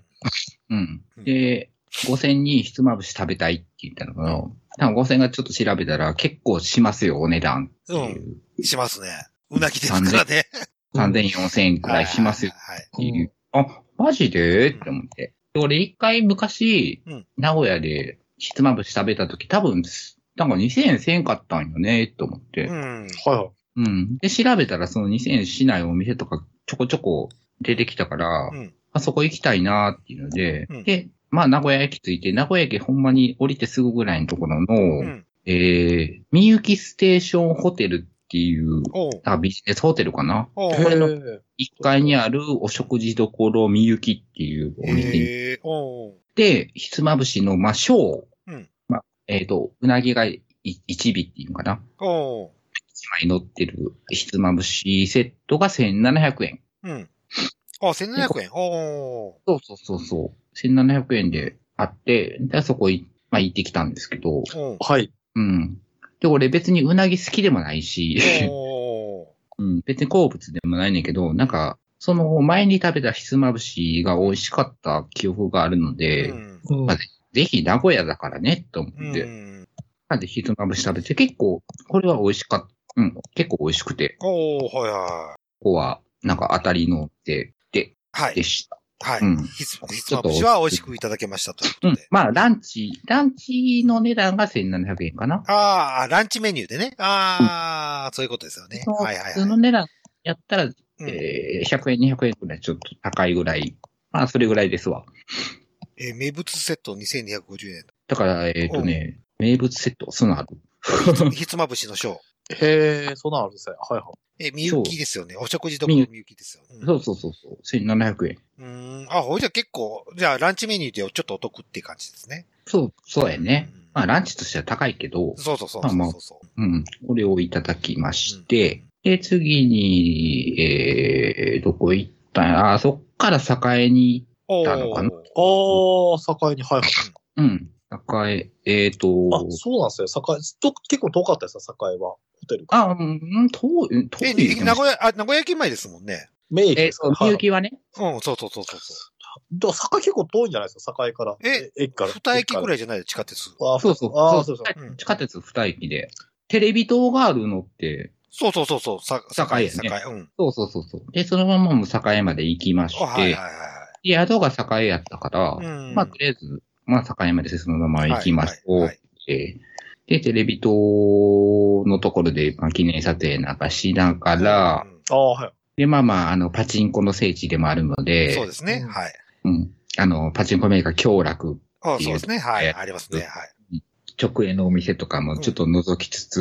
B: うん
A: うん。
B: で、5000にひつまぶし食べたいって言ったのが、多分5000がちょっと調べたら、結構しますよ、お値段っていう。
A: い。しますね。うなぎですからね。
B: 3000、4000円くらいしますよ
A: はい。
B: っていう。あ、マジでって思って。で俺一回昔、
A: うん
B: 名古屋でひつまぶし食べた時、多分、なんか2000円せんかったんよね、と思っ
A: はい
B: て。
A: うん。
C: はいはい。
B: うん。で、調べたらその2000円しないお店とかちょこちょこ出てきたから、
A: うん。
B: あそこ行きたいなっていうので、
A: うん
B: で、まあ名古屋駅着いて、名古屋駅ほんまに降りてすぐぐらいのところの、
A: うん。
B: えー、みゆきステーションホテルっていう、
A: おう
B: あビジネスホテルかな
A: おう
B: これの
C: へ
B: 1階にあるお食事どころみゆきっていうお店に
A: へーおう
B: で、ひつまぶしの、まあ、小。
A: うん
B: まあ、えっ、と、うなぎがい一尾っていうのかな。
A: おう
B: 一枚乗ってるひつまぶしセットが1700円。
A: うん。あ、1700円。お
B: そうそうそうそう。1700円であって、で、そこい、まあ、行ってきたんですけど、
A: ーおう
C: はい。
B: うん。で、俺別にうなぎ好きでもないし、
A: おう
B: (laughs) うん、別に好物でもないねんけど、なんか、その前に食べたひつまぶしが美味しかった記憶があるので、
A: うん
C: うん
B: はいぜひ名古屋だからね、と思って、
A: うん。
B: なんでひつまぶし食べて、結構、これは美味しかった。うん、結構美味しくて、
A: おー、はいは
B: ここは、なんか当たりので、で、
A: い。はい
B: で。した。
A: はい。
B: うん
A: ひつひつまぶしは美味しくいただけましたというこ
B: う
A: と
B: ん
A: で。。
B: まあ、ランチ、ランチの値段が1700円かな。
A: ああ、ランチメニューでね。ああ、そういうことですよね。
B: その
A: はいはい
B: 普通の
A: は
B: 値段やったら、
A: い。うん
B: えー100円、200円くらい、ちょっと高いぐらい。まあ、それぐらいですわ。
A: えー名物セット2250円。
B: だから、えっ、とね、名物セット、そのある。
A: ひつまぶしのショー。
C: へえ、そんなのあるんですね。はいは
A: え、みゆきですよね。お食事どころみゆきですよ。うん
B: そうそうそうそう、1700円。
A: うーん。あ、ほいじゃあ結構、じゃあランチメニューでちょっとお得っていう感じですね。
B: そう、そうやね。
A: うん
B: まあ、ランチとしては高いけど、
A: そうそうそう
B: まあまあ
A: そうそう。
B: うん、これをいただきまして、で、次に、えー、どこ行ったんやあ、そっから栄に、
A: お
B: たのかな
C: あー、境に、はいはい。
B: うん、栄、えー
C: あ
B: と、、
C: そうなんですよ。境、と結構遠かったですよ、境は。ホテルから。
B: あ、うん、遠い、遠
A: え、
B: い
A: に
B: ですね。
A: 名古屋、あ、名古屋駅前ですもんね。
C: 名駅
B: え
C: で
B: ー
C: す
B: そう
C: か、
B: み
C: ら。
B: ゆ
C: はい。
B: きはね、
A: うん、そうそうそうそうそ
C: だから境結構遠いんじゃないですか、境から。
A: え、
C: 駅か
A: う。
C: ら。
A: 二駅ぐ
C: い。
A: らいじゃないで地下鉄。
C: あー
B: そうそう
C: あーそうそう。
A: うん
B: 地下鉄二駅で、テレビ塔があるのって、
A: そうそうそうそう。さ、
B: 栄やね
A: 栄うん。
B: そうそうそうそう。で、そのままもう栄まで行きまし
A: あはい
B: て
A: はい、
B: で宿が栄やったから
A: はい。、うん。
B: まあ、とりあえず、まあ、栄までそのまま行きまし
A: はい
B: ょ
A: は
B: う
A: いはい。
B: で、でテレビ塔のところで、まあ、記念撮影なんかしながら、
A: うん
C: あーはい。
B: で、まあまあ、あの、パチンコの聖地でもあるので、
A: そうですね。
C: うん
A: はい。
B: うん。あの、パチンコメーカー強楽、
A: あそうですね。はい。
B: えー
A: ありますね。は
B: 直営のお店とかもちょっと覗きつ
A: い。
B: つ、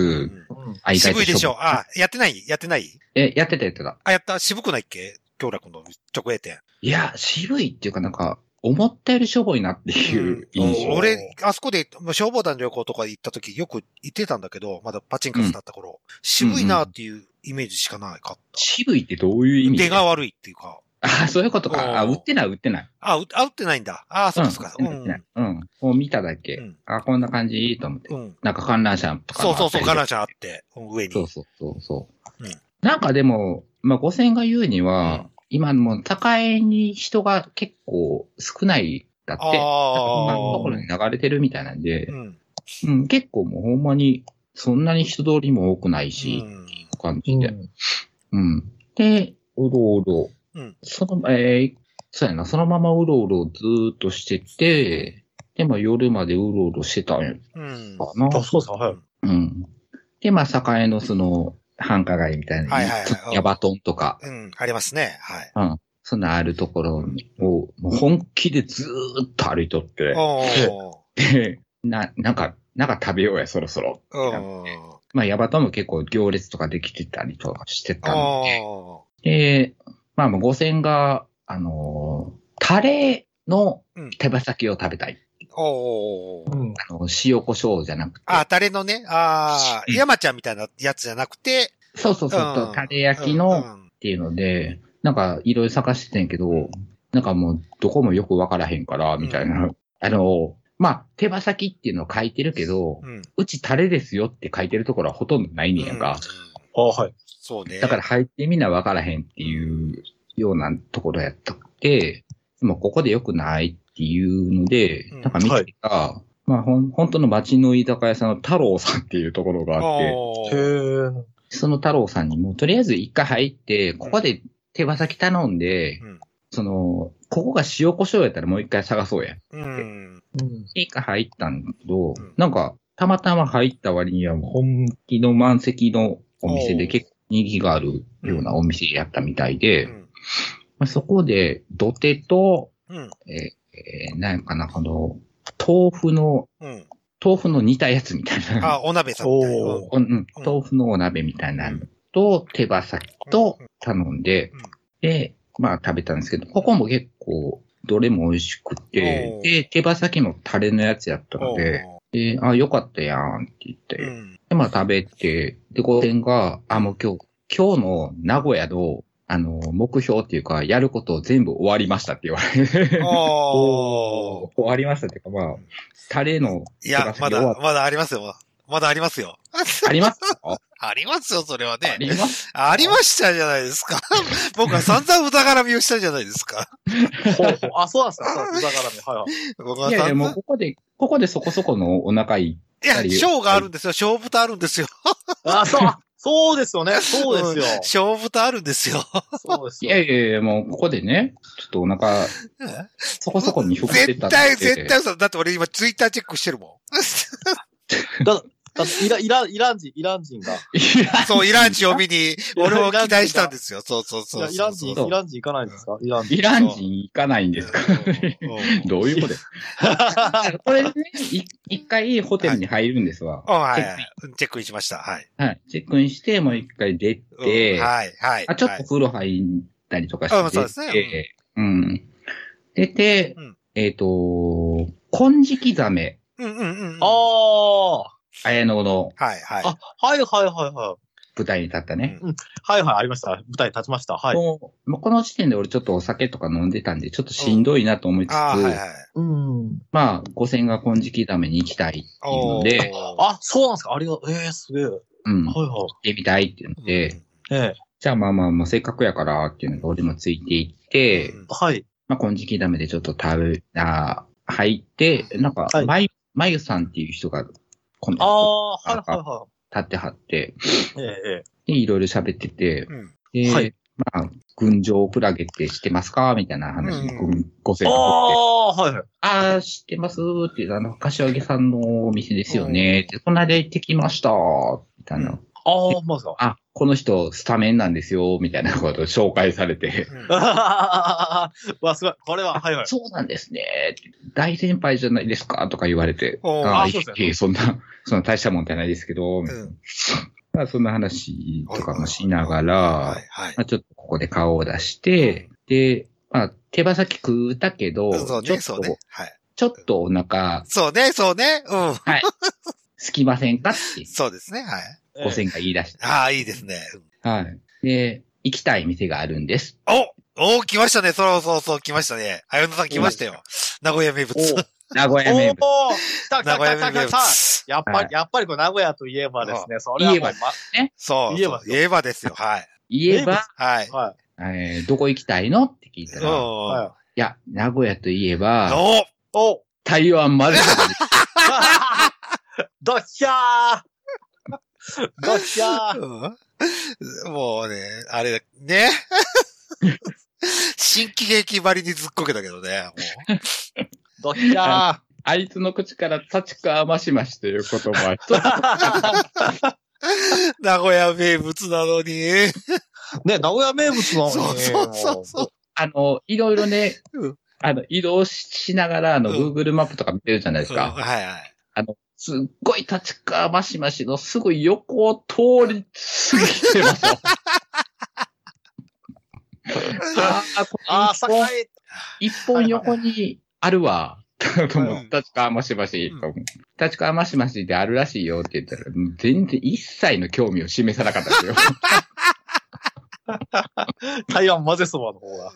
A: うん
C: うん
B: あ意外と
A: 渋いでしょ。あ、やってないやってない
B: え、やってたやってた。
A: あ、やった渋くないっけ京楽の直営店。
B: いや、渋いっていうかなんか、思ったよりしょぼいなっていう印
A: うん
B: 象。
A: 俺、あそこで、まあ消防団旅行とかで行った時よく行ってたんだけど、まだパチンカスだった頃、渋いなっていうイメージしかないかった。
B: 渋いってどういう意味
A: 出が悪いっていうか、
B: あ、そういうことか。あ、
A: おー
B: 売ってない、売ってない。
A: あ、うあ、打ってないんだ。ああ、そうですか。
B: う、
A: うんん。う
B: 売ってない
A: ん。。
B: うん。こう見ただけ。あ、こんな感じいいと思って
A: う。ん。
B: なんか観覧車とか
A: そ
B: も
A: う
B: あった
A: そ
B: り
A: うそ
B: とか。
A: う、ガラちゃんあって、うん上に。
B: そうそうそうそう、
A: うん
B: なんかでも、まあ、5000が言うに
A: う
B: は、
A: ん
B: 今もう高いに人が結構少ないだって。こんな
A: あ
B: ところに流れてるみたいなんで
A: あ。う、ん。
B: うん結構もうほんまに、そんなに人通りも多くないうし、
A: ん
B: 感
C: う
B: じで。
C: ん
B: うん。で、うろうろ。
A: うん
B: その、えーそうやな、そのままうろうろずーっとしてて、で、まあ夜までうろうろしてたんや
A: うん。
B: かな。
C: あ、そうですか、はい。
B: うん。で、まあ、栄のその、繁華街みたいな、
A: はいはいはいうん
B: ヤバトンとか、
A: うん。ありますね。はい。
B: そんなあるところを、もう本気でずーっと歩いとって、
A: お
B: でな、なんか、なんか食べようや、そろそろ。
A: お。
B: まあ、ヤバトンも結構行列とかできてたりとかしてたん
A: お
B: で、で、まあ、もう五千が、あのータレの
A: うん
B: 手羽先を食べたい。
A: おお。
C: うん。
B: あの塩コショウじゃなくて。
A: あ、タレのね、ああ、
B: うん
A: 山ちゃんみたいなやつじゃなくて、
B: そうそうそう
A: う
B: と、
A: ん
B: タレ焼き
A: う
B: のっ
A: ん
B: ていうので、なんかいろいろ探しててんけど、なんかもうどこもよくわからへんから、みたいな。あの、まあ、手羽先っていうのを書いてるけど、
A: うん。
B: うちタレですよって書いてるところはほとんどないねんやん
A: う
B: か
A: ん。
C: あ、はい。
A: そうね。
B: だから、入ってみんなわからへんっていうようなところやったって、でもここでよくないっていうので、
A: うん
B: なんか見てた、まあほん、本当の町の居酒屋さんの太郎さんっていうところがあって、
A: お
C: へ
A: ー
C: ー
B: その太郎さんにもとりあえず一回入って、ここで手羽先頼んで、
A: うん
B: その、ここが塩コショウやったらもう一回探そうや。
A: うん。
C: うん。
B: で、一回入ったんだけど、
A: うん
B: なんか、たまたま入った割にはもう本気の満席のお店で
A: おー
B: 結構人気があるようなお店やったみたいで、
A: うん
B: まあ、そこで、土手と、
A: うん。
B: えー、なんかな、この、豆腐の、
A: うん。
B: 豆腐の煮たやつみたいな。
A: あ、お鍋さんみたいな。
C: おー
A: うん
B: (laughs) うんうん、豆腐のお鍋みたいなのと、手羽先と頼んで、
A: うん
B: で、まあ食べたんですけど、ここも結構、どれも美味しくて
A: お、ー
B: で、手羽先もタレのやつやったの
A: お
B: で、
A: ー
B: で、あ、よかったやんって言って、
A: うん。
B: で、まあ食べて、で、午前が、あ、もう今日、今日の名古屋の、あの、目標っていうか、やることを全部終わりましたって言われ (laughs) て。
A: おー
B: 終わりましたっていうか、まあ、タレの、
A: いや、まだ、まだありますよ。まだありますよ。
B: あります
A: (laughs) ありますよ、それは
B: あ
A: ね。
B: ります
A: ありましたじゃないです
B: (laughs)
A: か。僕は散々疑らみをしたじゃないですか。
C: ほうほう。あ、そうなんですか。そうなんですだからね、はいはい。
A: 僕
B: い
A: は
B: やいや、
A: 散
B: もう
A: 々。
B: ここで、ここでそこそこのお腹い
A: いや、小があるんですよ。小豚あるんですよ。
C: あ、そう、あそうですよね。そうですよ。
A: 小豚あるんですよ。
C: そうで
B: い。
C: す
B: いや
C: よ。
B: いやいや、もうここでね、ちょっとお
A: (laughs)
B: 腹、そこそこに膨れて
A: 絶
B: たんで
A: 対、絶。対嘘だ。だって俺今ツイッターチェックしてるもん。
C: だってイラ、イラ、イラン人、イラン人が。
B: いや
A: そう、イランチを見に、俺も期待したんですよ。そうそう
C: い
A: そう
C: や
A: そう。
C: イラン人、
B: そう
C: イラン人行かないんですかイラン人。
B: イラン人行かないんですか
A: うんうん
B: どういう
A: (laughs)
B: ことこれね、い一回ホテルに入るんですわ。
A: うんはいはい。チェックインしました。はい。
B: はい。チェックインして、もう一回出
A: うん
B: て、
A: はい、はい。
B: あ、ちょっ
A: は
B: と
A: い
B: 風呂入ったりとか
A: あまあ
B: して
A: そうですね
B: 出て、うん。出て
A: うん、
B: えっと、金色ザメ、
A: うんうんうんうん。
C: あ
A: は
C: あ。
B: 綾野の
A: い、はい。
C: あ、はいはいはいはい。
B: 舞台に立ったね。
C: はいはい、ありました。舞台に立ちました。はい。
B: もう、もうこの時点で俺ちょっとお酒とか飲んでたんで、ちょっとしんどいなと思いつつ、
A: あーはい、はい。
C: うん。
B: まあ、五千が金色ザメに行きたいっていうの
A: お
B: で、
A: ー、
C: あ、そうなんですか。ありがとう。ええすげえ。はい
B: うん、行っ
C: は
B: てみたいっていうので、
C: い。え
B: じゃあまあまあ、もうせっかくやからっていうので俺もついていって、
A: うん
C: えはい。
B: まあ、金色ダメでちょっと食べ、あー入って、なんか、
C: はい
B: まゆ、まゆさんっていう人が、今度
C: ああ、はいはいは
B: 立ってはって、
C: い。えええ
B: で、いろいろ喋ってて、
A: うん
B: で、
C: はい
B: まあ、群青クラゲって知ってますかみたいな話に、
A: う
B: ごせ
C: え
B: んあ
C: ああー、はいはい。
B: あー、知ってますって、あの、柏木さんのお店ですよね。
A: う
B: で、この間行ってきました。みたいな。
A: うん
C: ああ、まずか。
B: あ、この人、スタメンなんですよ。みたいなことを紹介されて。
A: うん
C: あははは (laughs) わ、すごい。これは、は
B: (laughs)
C: いはい。
B: そうなんですね。大先輩じゃないですかとか言われて。
A: おー
B: あ
C: あ
B: い
C: そうですね
B: えいえそんな、そんな大したもんじゃないですけど、
A: うん
B: まあそんな話とかもしなが
A: は
B: ら
A: い、、はい。
B: まあ、ちょっとここで顔を出して、で、まあ、手羽先食うたけど、
A: そう
B: ちょ
A: ね、
B: っ
A: そ
B: と、
A: うね。はい。
B: ちょっとお腹、
A: そうね、そうね。うん。
B: すきませんかって、
A: そうですね、はい。
C: ええ
B: 五千が言い出して。
A: ああ、いいですね。
B: はい。で、行きたい店があるんです。
A: おおー、来ましたね。そうそうそう、来ましたね。はやのさん来ましたよ。名古屋名物。
B: 名古屋名
C: お
B: 物。
C: おー来た
A: 名
C: 来た
A: 古屋名
C: 来た来た
A: 物
C: (laughs) 来た。。やっぱ
B: は
C: り
B: い、
C: やっぱりこう名古屋といえばですね、それはもう、
B: 言え
A: そう。
C: 言えば
A: そう言えばですよ。はい。
B: 言えば、
A: はい。
C: ま、はい。
B: えーどこ行きたいのって聞いた
A: うん。
B: ら、い
A: の
C: は
B: や、名古屋といえば、
A: ー
C: い、 (laughs) お
B: 台湾まで。 (laughs)
C: どっしゃーどっしゃー
A: うんもうね、あれだ、ね。 (laughs) 新喜劇ばりにずっこけたけどね。もう
C: どっしゃ
B: あいつの口から、立川ましましという言葉は一つ、
C: ー
A: 名古屋名物なのに。
C: ね、名古屋名物なのに。
A: そうそうそうそう。
B: (laughs) あの、いろいろね
A: うん、
B: あの、移動ししながら、あの、
A: うん
B: Google マップとか見てるじゃないです
A: うん
B: か。
A: はいはい。
B: すっごい立川ましましのすぐ横を通り過ぎてますよ。あーこれ一本
C: ああ、栄
B: 一本横にあるわ。と思
A: う
B: うん立川ましましと思う。立川ましましであるらしいよって言ったら、全然一切の興味を示さなかったですよ。 (laughs)
C: え、台湾混ぜそばの方が。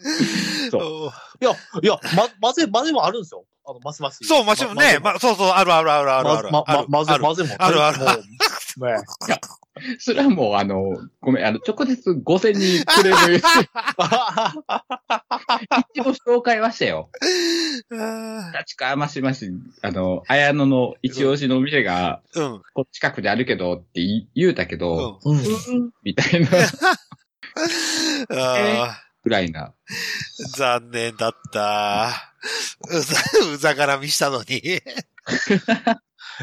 B: そ
C: いや、いや、ま、混ぜ、混ぜもあるんですよ。あの、ますます。
A: そう、まちもね、ま、そうそう、あるあるあるあるあ
C: ま、
A: る。
C: ま、
A: あ
C: ま
A: る、
C: 混ぜ、
A: ある
C: 混ぜも。
A: あるある
C: もうね
B: それはもう、あの、ごめん、あの、直接5000にクレーム言って、一応紹介はしたよ。
A: うん
B: 立川ましまし、あの、綾野の一押しのお店が、
A: うん。
B: こ近くであるけどってい言うたけ
A: う
B: ど、
A: ん。
C: (laughs) うん
B: みたいな
A: あ
B: ぐらいな。
A: ー残念だった。 (laughs) うざ、うざがらみしたのに。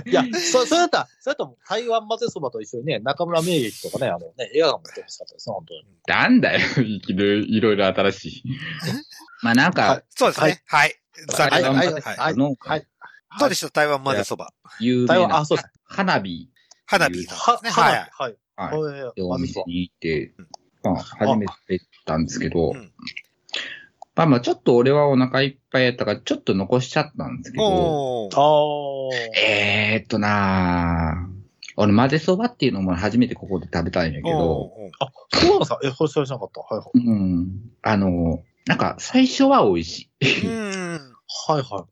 C: いや、そ、そうやったら、そうやったらもう台湾混ぜそばと一緒にね、中村名劇とかね、あのね、映画館も出てほしかったですね、本当に。
B: なんだよ、いきなりいろいろ新しい。
C: (laughs)
B: まあなん
C: は
B: か、
A: そうですね。はい。残
C: はい、
A: 念なが
C: は
A: ら
C: い、
A: はい
C: はい。
B: の、
C: はい
A: どうでした台湾までそば。
B: 有
C: 台
B: 名
C: 湾、
B: な
C: あ、そうですね。
B: 花火
A: 花火さん
C: は
A: です、ね。
C: は
A: はいい。、
C: はい。
B: はい
C: はいはい
B: ってお店に行って
A: うん、
B: まあ、初めて行ったんですけど
A: うん、
B: まあまあ、ちょっと俺はお腹いっぱいやったから、ちょっと残しちゃったんですけど、
A: おー
C: あー。
B: えーっとなぁ、俺、混ぜそばっていうのも初めてここで食べたんやけど、
A: おー
C: そうなんですかえ、これ知らなかった。はいは
B: うん、あの、なんか、最初は美味しい。
A: うん。
C: い。はいは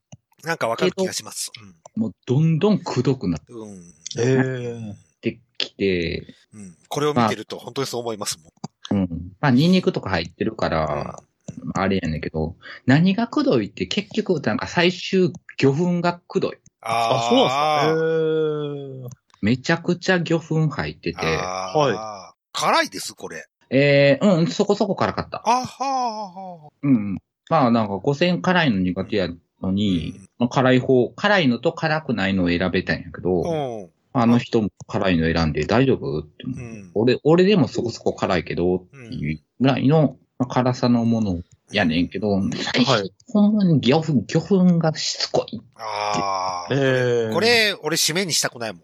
A: なんかわかる気がします。
B: もう、どんどんくどくなっ
A: うん。うん。
C: い。え
B: てきて、
A: うん。これを見てると本当にそう思いますもん。
B: うん。まあ、ニンニクとか入ってるから、あれやねんけど、何がくどいって結局、なんか最終魚粉がくどい。
C: あ、そうなんですか
B: めちゃくちゃ魚粉入ってて、
A: あ
C: はい
A: あー辛いです、これ。
B: えー、うん、そこそこ辛かった。
A: あはーは
B: うん。まあ、なんか5000辛いの苦手やの
A: う
B: に
A: ん、
B: まあ、辛い方、辛いのと辛くないのを選べたんやけど、
A: ーうん。
B: あの人も辛いの選んで大丈夫って思う、
A: うん
B: 俺、俺でもそこそこ辛いけど、っていうぐらいの、まあ辛さのものやねんけど、最初、
C: はい
B: ほんまに魚粉、魚粉がしつこい。
A: あ
C: え
A: あ。
C: ー。
A: こ、れ、俺、締めにしたくないもん。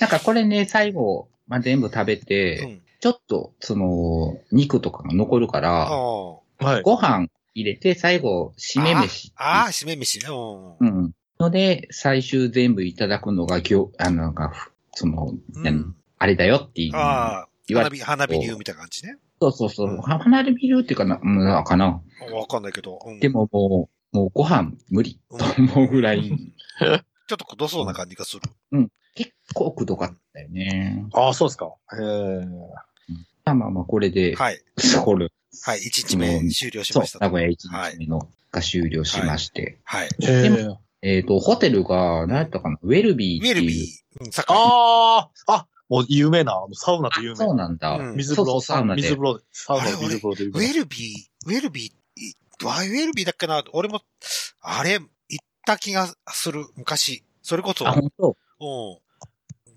B: なんかこれね、最後、まあ、全部食べて、
A: うん。
B: ちょっと、その、肉とかが残るか
A: あ
B: ら、
A: ー
C: はい。
B: ご飯入れて、最後、締め飯。
A: あー、締め飯ね。うん
B: う。ん。ので、最終全部いただくのが、ぎょ、あの、なんか、ふその、
A: う
B: 何
A: ん。
B: あれだよっていう。
A: ああ、
B: 言わ
A: 花
B: れ
A: 火、花火流みたいな感じね。
B: そうそうそう。離れビルっていうかな、うんなのかな。
A: わかんないけど。うん
B: でももう、もうご飯無理
A: うん
B: と思うぐら
A: う
B: い、
A: ん (laughs) ちょっとくどそうな感じがする。
B: 結構くどかったよね。
C: ああ、そうですか。えー。
B: まあまあまあ、これで、
A: はい。
B: これ、
A: はい。1日目
B: うん
A: 終了し
B: そう
A: まし、た
B: 名
A: と。
B: 古屋1日目のが終了しまして。
A: はい。
C: え
B: で
C: ー、
B: えっと、ホテルが、何やったかな、ウェルビ
A: ウ
B: ーっ
A: ェ
B: て
A: ル
B: いう。
A: ビー。うん、サ
C: ああ、あ、もう有名な、あのサウナで有
B: あ
C: 名
B: そう
C: な。
B: なんだ。
A: うん
C: 水
B: そ
C: 風呂、
B: うそうサウナで
C: 水風呂、サウナの水風呂で有
A: ウ
C: 名
A: ェ
C: な。
A: ルビー、ウェルビーい、あウェルビーだっけな俺も、あれ、行った気がする、昔。それこそ、
B: あ、本当。
A: うん。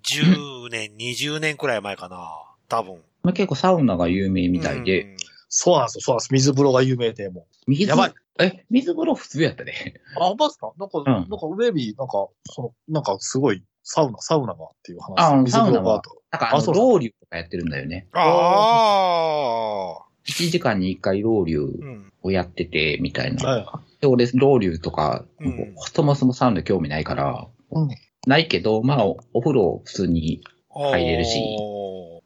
A: 10年、20年くらい前かな。多分。
B: まあ結構サウナが有名みたいで。
C: そうなんですよ、そうなんです。水風呂が有名で、もう。
B: 水
C: やばい。
B: え、水風呂普通やったね。 (laughs)
C: あ、ほんまですかなんか、
B: ん
C: なんかウェビー、なんか、その、なんかすごい、サウナ、サウナがっていう話。
B: あうん
C: 水風呂
B: サウナ
C: が
B: は
C: と。
B: なんかあ
C: あそ
B: の、
C: うそう
B: ロウリュとかやってるんだよね。
A: うん。ああ。
B: 1時間に1回ロウリ
A: う
B: ュ
A: ん。
B: をやってて、みたいな。
C: はい。
B: で、俺、ロウリュとか、
A: うん
B: そもそもサウナ興味ないから、
C: うん
B: ないけど、まあ、おお風呂普通に入れるし
A: おー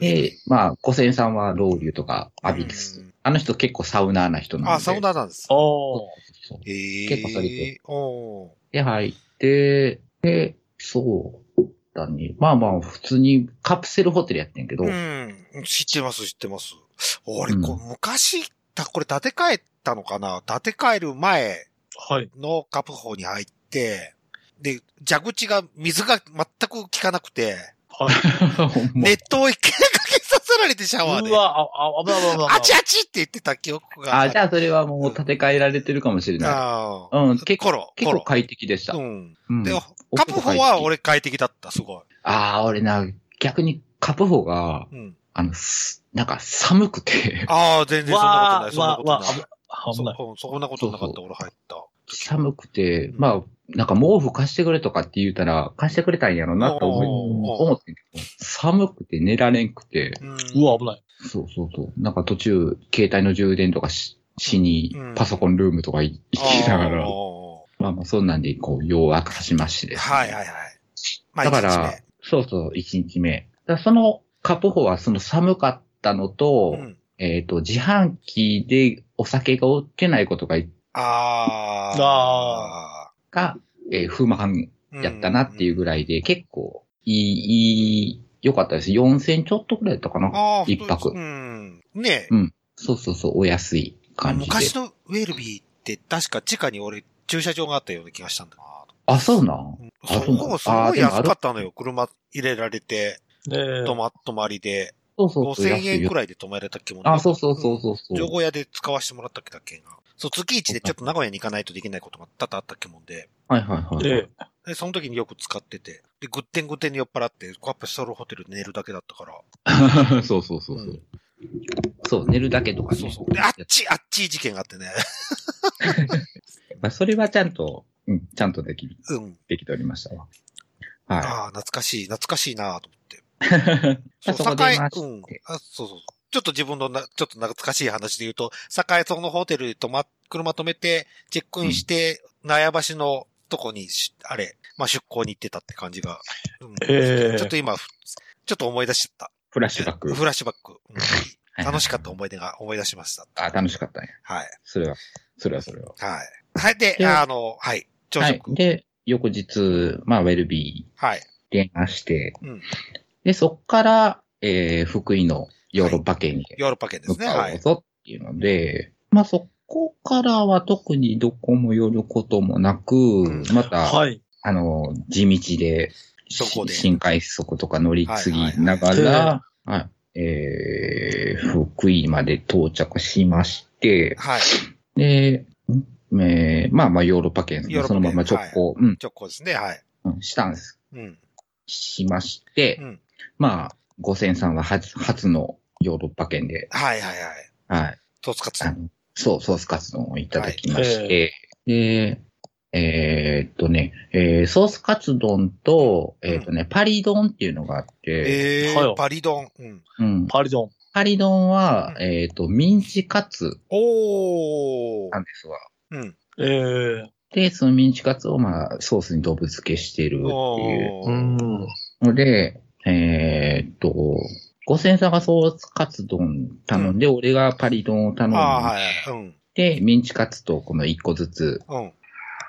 B: で、まあ、古仙さんは老流とか浴びです。
A: うん
B: あの人結構サウナーな人なんで。
A: あ、サウナーなんです。
C: おー。
B: そう
A: えー、
B: 結構それで。
A: おー
B: で、入って、で、そうだね。まあまあ、普通にカプセルホテルやってんけ (laughs) ど、
A: うん。知ってます、知ってます。俺、
B: うん
A: こう昔、たこれ建て替えたのかな建て替える前
C: はい。
A: のカプホに入って、で、蛇口が、水が全く効かなくて、
C: はい。
B: (laughs) ほんま
A: 熱湯を一回かけさせられてシャワーで
C: う。わ、あ、あ、危ない危ない危ない。
A: あちあちって言ってた記憶が
B: あ、
A: ある。
B: じゃあそれはもう建て替えられてるかもしれな
A: あ
B: い。うん、
A: ー
B: 結構、
A: コロ、
B: 結
A: コ
B: 構
A: ロ。
B: 快適でした。
A: うん。
B: うん
A: で、カプホは。俺快適だった、すごい。
B: ああ、俺な、逆にカプホが、
A: うん。
B: あの、すなんか寒く
A: (laughs)
B: て、
A: ああ、全然そんなことない、そんな
C: わ
A: こ
C: ー
A: と
C: わ
A: な
C: ー
A: い。
C: あ危ない。
A: そうんそんなことなかった、
B: そ
A: 俺入った。
B: 寒くて、まあ、なんか毛布貸してくれとかって言うたら、貸してくれたんやろなと思
A: お
B: い
A: ー
B: 思ってんけど、寒くて寝られんくて、
A: う。
C: うんわ、危ない。
B: そうそうそう。なんか途中、携帯の充電とかししに
A: うん、
B: パソコンルームとかい行きながら
A: あ、ー
B: まあまあそんなんで、こう、夜明かしましてですね
A: はいはいはい。ま
B: だから、そうそう、1日目。だからそのカポホはその寒かったの
A: 一
B: と、
A: 日目うん、
B: えっ、と、自販機でお酒が売ってないことが、
A: あー
C: あ
B: がえー不満
A: うん
B: やったなっていうぐらいで、結構いい、いい、良かったです。4000ちょっとぐらいだったかな。
A: あー
B: 一泊
A: うん。ね
B: うんそうそうそう、お安い
A: え、
B: 感じで。
A: 昔のウェルビーって確か地下に俺駐車場があったような気がしたんだな。
B: あ、そうなん。あ
A: そこもすごい安かったのよ。車入れられて、
C: ねえ。
A: 泊ま、泊まりで、
B: そうそうそう。
A: 5000円く
B: い。
A: らいで泊まれたっけも
B: あ、そうそうそう
A: う
B: そうそ
A: ん。情
B: う。
A: 報屋で使わせてもらったっけだっけな。そう、月一でちょっと名古屋に行かないとできないことが多々あったっけもんで。
B: はいはいはい。
C: ええ。
A: で、その時によく使ってて。で、ぐってんぐってんに酔っ払って、やっぱソロホテルで寝るだけだったから。
B: (laughs) そうそうそうそう、
A: うん
B: そう、寝るだけとかね。
A: そうそう。で、あっち、あっち事件があってね。
B: まあ、それはちゃんと、うん、ちゃんとでき、
A: うん。
B: できておりましたわ。は
A: ああ、懐かしい、懐かしいなと思って。
B: (laughs) い。
A: そう、
B: そこで
A: 栄、
B: まし
A: うん。あ、そうそう。ちょっと自分のな、ちょっと懐かしい話で言うと、栄そのホテルに泊ま、車止めて、チェックインして、納屋橋のとこにし、あれ、まあ、出港に行ってたって感じが。うん
C: ええ
A: ちょっと今、ふちょっと思い出しちゃっ
B: フラッ
A: た。
B: シュバック。
A: フラッシュバック。うん
B: はい
A: 楽しかった思い出が思い出しました。
B: あ、楽しかったんや。
A: はい。
B: それは、それはそれは。
A: はい。はい。で、
B: で
A: あの、はい。朝
B: はい
A: 食。。
B: で、翌日、まあ、ウェルビ
A: はい。
B: ー電話して、
A: うん
B: で、そっから、えー、福井のヨーロッパ圏へ
A: ヨーロッパ圏で
B: 向
A: すね。
B: か
A: は
B: おう
A: い。
B: ぞっていうので、まあ、そこからは特にどこも寄ることもなく、
A: ん
B: また、
C: はい。
B: あの、地道で、
A: そこで
B: し新快速とか乗り継ぎなが
C: はいはいは
B: ら、はいえー、福井まで到着しまして、
A: はい。
B: で、んえーまあまあヨーロッパ圏ですね
A: ヨーロッ
B: そ
A: パ
B: の
A: 圏
B: まま直行、うん
A: 直行ですね。はい。
B: うん、したんです。
A: うん。
B: しまして、
A: うん
B: まあ、五千さんは初初のヨーロッパ圏で、
A: はいはいはい。
B: はい、
A: トツカツ
B: あ。の、そう、ソースカツ丼をいただきまして、で、えーっとね、えーソースカツ丼と、えーっとね、パリ丼っていうのがあって、
A: ええ
C: は
A: ー、
C: い
A: パリ丼。うん。
B: うん、
C: パリドン。
B: パリ丼は、
A: うん
B: えーっと、ミンチカツ
A: おー
B: なん。ですわ。
A: うん。
C: ええ。
B: で、そのミンチカツを、まあ、ソースにドブ漬けしてるっていう
A: おー。
C: ん。
B: ので、えーっと、五千さんがソースカツ丼頼んで、俺がパリ丼を頼んで、
A: ああー、はい。うん。
B: ミンチカツとこの一個ずつ
A: うん。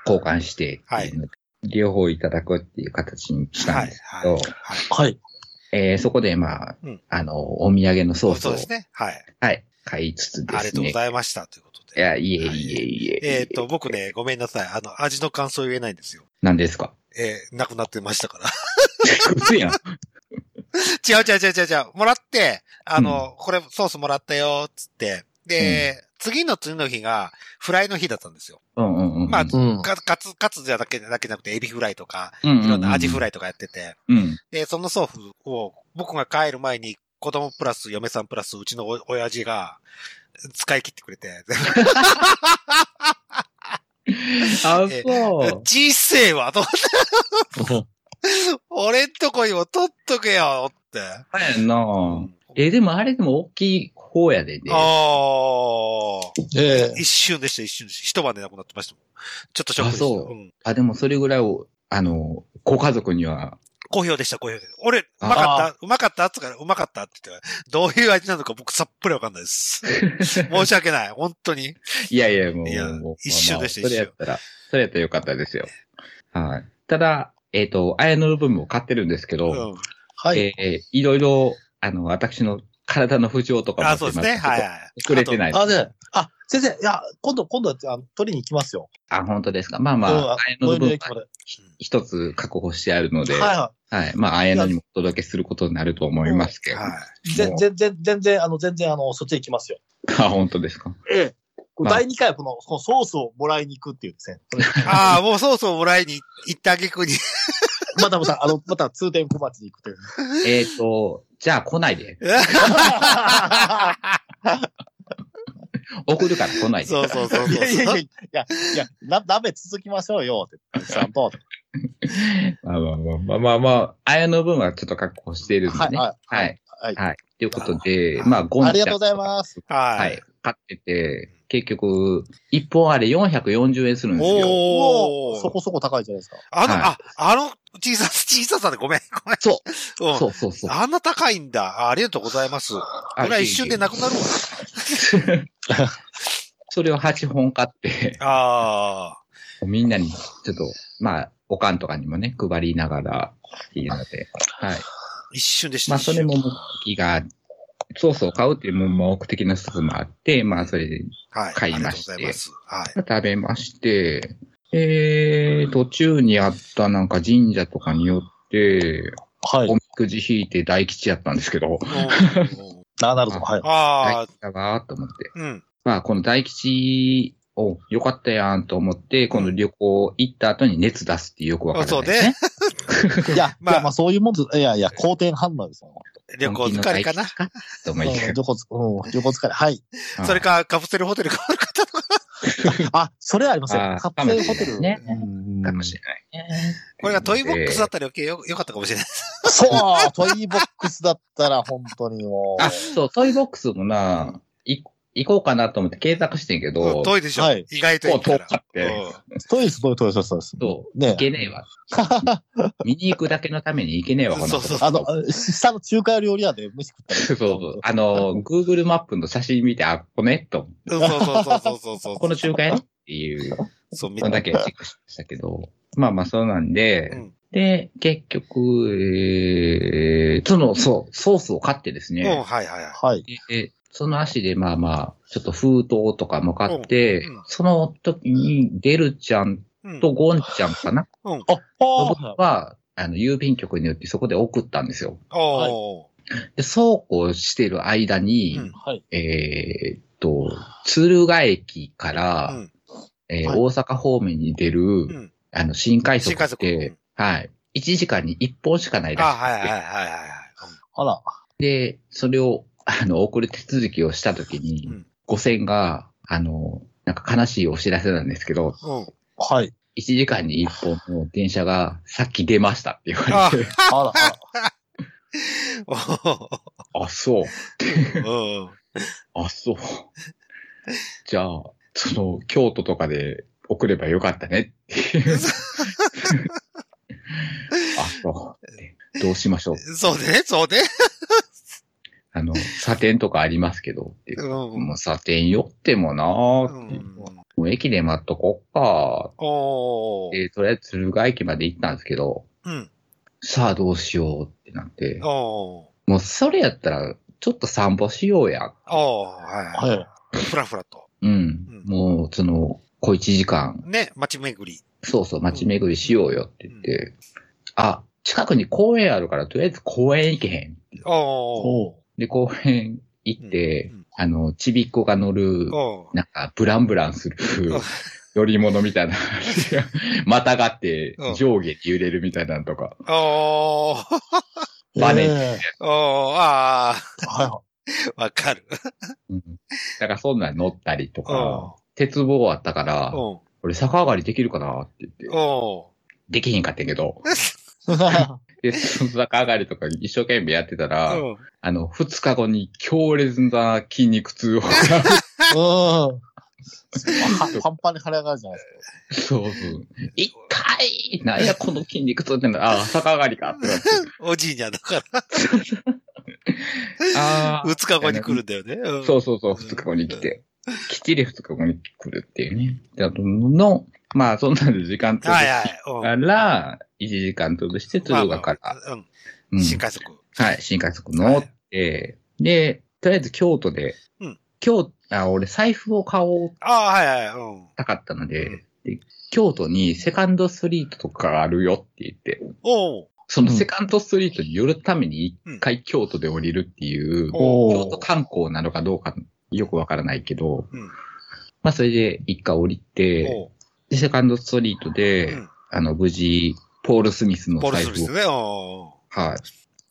B: 交換してっていうの、両方いただくっていう形にした
A: は
B: ん
A: い
B: です。け
A: は
B: ど、
A: い。はい。
C: はい。
B: えーそこでまあ、
A: うん
B: あの、お土産のソース
A: そ
B: を、
A: うですね。はい。
B: はい、買いつつですね。
A: ありがとうございました。ということ
B: い
A: で。
B: や、いえいえいえ。
A: えーっと、僕ね、ごめんなさい。あの、味の感想言えないんですよ。
B: 何ですか (laughs)
A: えー、なくなってましたから。 (laughs)
B: 嘘やん。
A: 違う違う違う違う違う。もらって、あの、これソースもらったよ、つって。で、次の次の日が、フライの日だったんですよ。
B: うんうんうん。
A: まあ
C: うん。
A: カカツ、カツじゃだけ、だけじゃなくて、エビフライとか、
B: うん
A: いろんなアジフ
B: ラ
A: ライとかやってて。
B: イ。うん。
A: で、そのソースを、僕が帰る前に、子供プラス、嫁さんプラス、うちのお親父が、使い切ってくれて。
B: あ、
A: え
B: そう。
A: (laughs) 人生は、と俺んとこにも取っとけよ、って。
B: あやんなえ、でもあれでも大きい方やでね。
A: ああ。
C: ええ。
A: 一瞬でした、一瞬でした。一晩で亡くなってましたもん。ちょっとショックでした。。
B: あそうんあ、でもそれぐらいを、あの、ご家族には
A: 好評でした、好評です。俺、うまかった、うまかったって言うから、うまかったって言って、どういう味なのか僕さっぱりわかんない
B: (laughs)
A: です。申し訳ない、本当に。
B: いやいや、もう。
A: いや
B: もう
A: 一緒でした
B: まあまあそれやったら、それやったらよかったですよ。はい。ただ、えっ、と、綾野の分も買ってるんですけ
A: う
B: ど、
A: ん。
C: はい。
B: えーいろいろ、あの、私の体の不調とかも
A: あ、そうですね、はいはい
B: い。。くれてないです
C: あ、で、あ、先生、いや、今度、今度、あの取りに行きますよ。
B: あ、本当ですか。まあま
C: うん
B: あ、綾野の
C: 最寄り
B: 分
C: 駅まで
B: 一つ確保してあるので、
C: はい
B: は。
C: はい
B: まあ、綾野にもお届けすることになると思いますけど。
A: はい。
C: い。
B: も
C: 全
B: う
C: 然、全全然、あの、全然、あの、そっち行きますよ。
B: あ、本
A: (laughs)
B: 当ですか。
C: ええ。これ
B: まあ
C: 第2回はこの、このソースをもらいに行くっていうですね。
A: (laughs) ああ、もうそうそうもらいに行ったげくに。
C: またまた、あの、また通天小町に行くという。
B: えっ、と、じゃあ来ないで。送るから来ないで。
A: そうそうそうそう。
C: いやいやいやいや、いや、な、鍋続きましょうよ、って。ちゃんと。
B: まあまあまあまあまあ、綾野分はちょっと確保しているんでね。
C: はいはい
B: はい。
C: はい。
B: はい。ということで、まあ、ゴンちゃん
C: ありがとうございます。
A: は
B: はいい。。買ってて、結局、一本あれ440円するんですよ。
A: お
C: そ
A: お。
C: こそこ高いじゃないですか。
A: あの、
B: はい
A: あ、あの、小さ、小ささでごめん、ごめん。。
B: そう
A: ん。
B: そうそうそう。
A: あんな高いんだ。あありがとうございます。これは一瞬でなくなるわ。
B: それを8本買って、
A: あ
B: みんなに、ちょっと、まあ、おかんとかにもね、配りながら、っていうので、はい。
A: あ、一瞬でした。
B: まあ、それも
A: 一
B: 目的が、ソースを買うっていうも目的の一つもあって、まあ、それで
A: 瞬はい。
B: 買いま
A: ありがとう
B: して
A: ございます。はい。
B: 食べまして、えー、途中にあったなんか神社とかによって、
C: はい
B: お。みくじ引いて大吉やったんですけど、 (laughs)
A: うん
C: ななるほど。はい。
A: あ
B: 大吉だわーと思って。
A: あ、うん。
B: まあ、この大吉を良かったやんと思って、この旅行行った後に熱出すってよくわかる、
A: そうね。。
C: いや、
A: まあ
C: (laughs) まあ、まあ、そういうもんず、いやいや、好転反応ですよ。
A: 旅行疲れかな。
B: と
C: う
B: 思
C: ん
B: いきや
C: 旅行つ、うん、旅行疲れ。はい。
A: それか、カプセルホテル変わる方とか。
C: あ、それありますよ
B: あ。
C: カプセルホテ
B: かもしれ
C: ル。
B: ないね
C: うん
B: かもしれないね。
A: これがトイボックスだっ
B: で
A: たら余計よよかったかもしれない。
C: そう、トイボックスだったら本当にも
B: あ、そう、トイボックスもな、い行こうかなと思って計画してんけど、
A: 遠いでしょ
C: はい。
A: 意外といいから。
B: 遠かって
A: うん
C: う、トイレ、トイレ、トイレ、そうです。
B: そう、
C: ね
B: 行けねえわ。見に行くだけのために行けねえわ、この
A: そうそう
C: あの、下の中華料理屋で飯食ったり。
B: (laughs) そうそう。あの、Google マップの写真見て、あ、ここね、と。
A: うんそうそうそうそうそう。
B: この中華やねっていう
A: そう、み
B: のだけチェックしましたけど。 (laughs) まあまあ、そうなんで、
A: うん
B: で、結局、えー、その、そう、ソースを買ってです
A: うん、はい
B: ね、
A: はいはい。
C: はい。
B: でその足でまあまあ、ちょっと封筒とかも買って、
A: うんうん
B: その時に、デルちゃん
A: うん
B: とゴンちゃんか (laughs) な、
C: あ、
B: 僕
C: は
B: は、あの、郵便局によってそこで送ったんですよ。
A: おー。
B: で、そうこうしてる間に、
A: うん
C: はい。
B: えーっと、敦賀駅から、
A: うん
B: えー
C: はい
B: 大阪方面に出る、
A: うん。
B: あの、新快速っ
A: 新快
B: て
A: 速、
B: はい。1時間に1本しかない
A: あ、
B: らしくて、
A: はいはいはいはいはい。
C: あら。
B: で、それを、あの、送る手続きをしたとき
A: う
B: に
A: ん、
B: 5000が、あの、なんか悲しいお知らせなんですけど、
A: うん。
C: はい。
B: 1時間に1本の電車がさっき出ましたって言わ
A: あ
B: れて、
C: あら、あら。
A: おー
B: あ、そ
A: う
B: う、
A: ん。
B: あ、そう。 (laughs) じゃあ、その、京都とかで送ればよかった (laughs) ねっていう。あ、そう。どうしましょう。
A: そうね、そうね。
B: あの、査定とかありますけどっていうう。
A: ん。
B: もう査定よってもなー
A: う
B: っていう。
A: ん。
B: もう駅で待っとこっか。
A: おー。
B: で、とりあえず鶴ヶ駅まで行ったんですけど、
A: うん。
B: さあどうしようってなって、
A: おー。
B: もうそれやったら、ちょっと散歩しようや。
A: おー、は
C: はい。
A: い。ふらふらと。
B: うん。
A: うん
B: もう、その、小一時間、
A: ね、街巡り。
B: そうそう、街巡りしようよって言って、あ、近くに公園あるから、とりあえず公園行けへん。
A: おー。
C: おう
B: で、公園行って、
A: うん
B: あの、ちびっこが乗る、
A: おー。
B: なんか、ブランブランする
A: うん、
B: 乗り物みた
A: (laughs)
B: いな、またがって
A: うん
B: 上下に揺れるみたいなのとか、
A: おー。
B: (laughs) バネ
C: え
A: おー。あ
C: えはいは
A: ー。わかる。
B: うんだからそんなん乗ったりと
A: うん
B: か、鉄棒あったから、
A: うん。
B: 俺逆上がりできるかなって言って、
A: お
B: できへんかったんやけど、
C: い。
B: で、その逆上がりとか一生懸命やってたら、
A: ー。
B: あの、二日後に強烈な筋肉痛を
C: うん。はパンパンに腫れ上がるじゃないですか。
B: そうそう。一回なんや、この筋肉とってんだ。ああ、逆上がりかって
A: (laughs)
B: なって。
A: おじいにゃんだから、
B: ああ。
A: 二日後に来るんだよね。うん
B: そうそうそう、二日後に来て。きっちり二日後に来るっていうね。だとの、まあ、そんなんで時間と
A: はい
B: か
A: はい。うん
B: ら、1時間として、鶴岡から。。
A: まあまあ
B: う
A: うんん。新快速。
B: はい、新快速乗って、で、とりあえず京都で、
A: うん
B: 京都、あ、俺財布を買おう
A: ああ、はいはい。うん。
B: たかったの
A: うん
B: で、で京都にセカンドストリートとかがあるよって言って、
A: おう。
B: そのセカンドストリートに寄るために一回京都で降りるっていう、
A: お
B: 京都観光なのかどうかよくわからないけど、
A: うん。
B: まあそれで一回降りて、
A: おう。
B: で、セカンドストリートで、
A: うん
B: あの、無事、ポール・スミスの
A: ポール
B: 財
A: スミ
B: 布を
A: ス、ね。お
B: はい、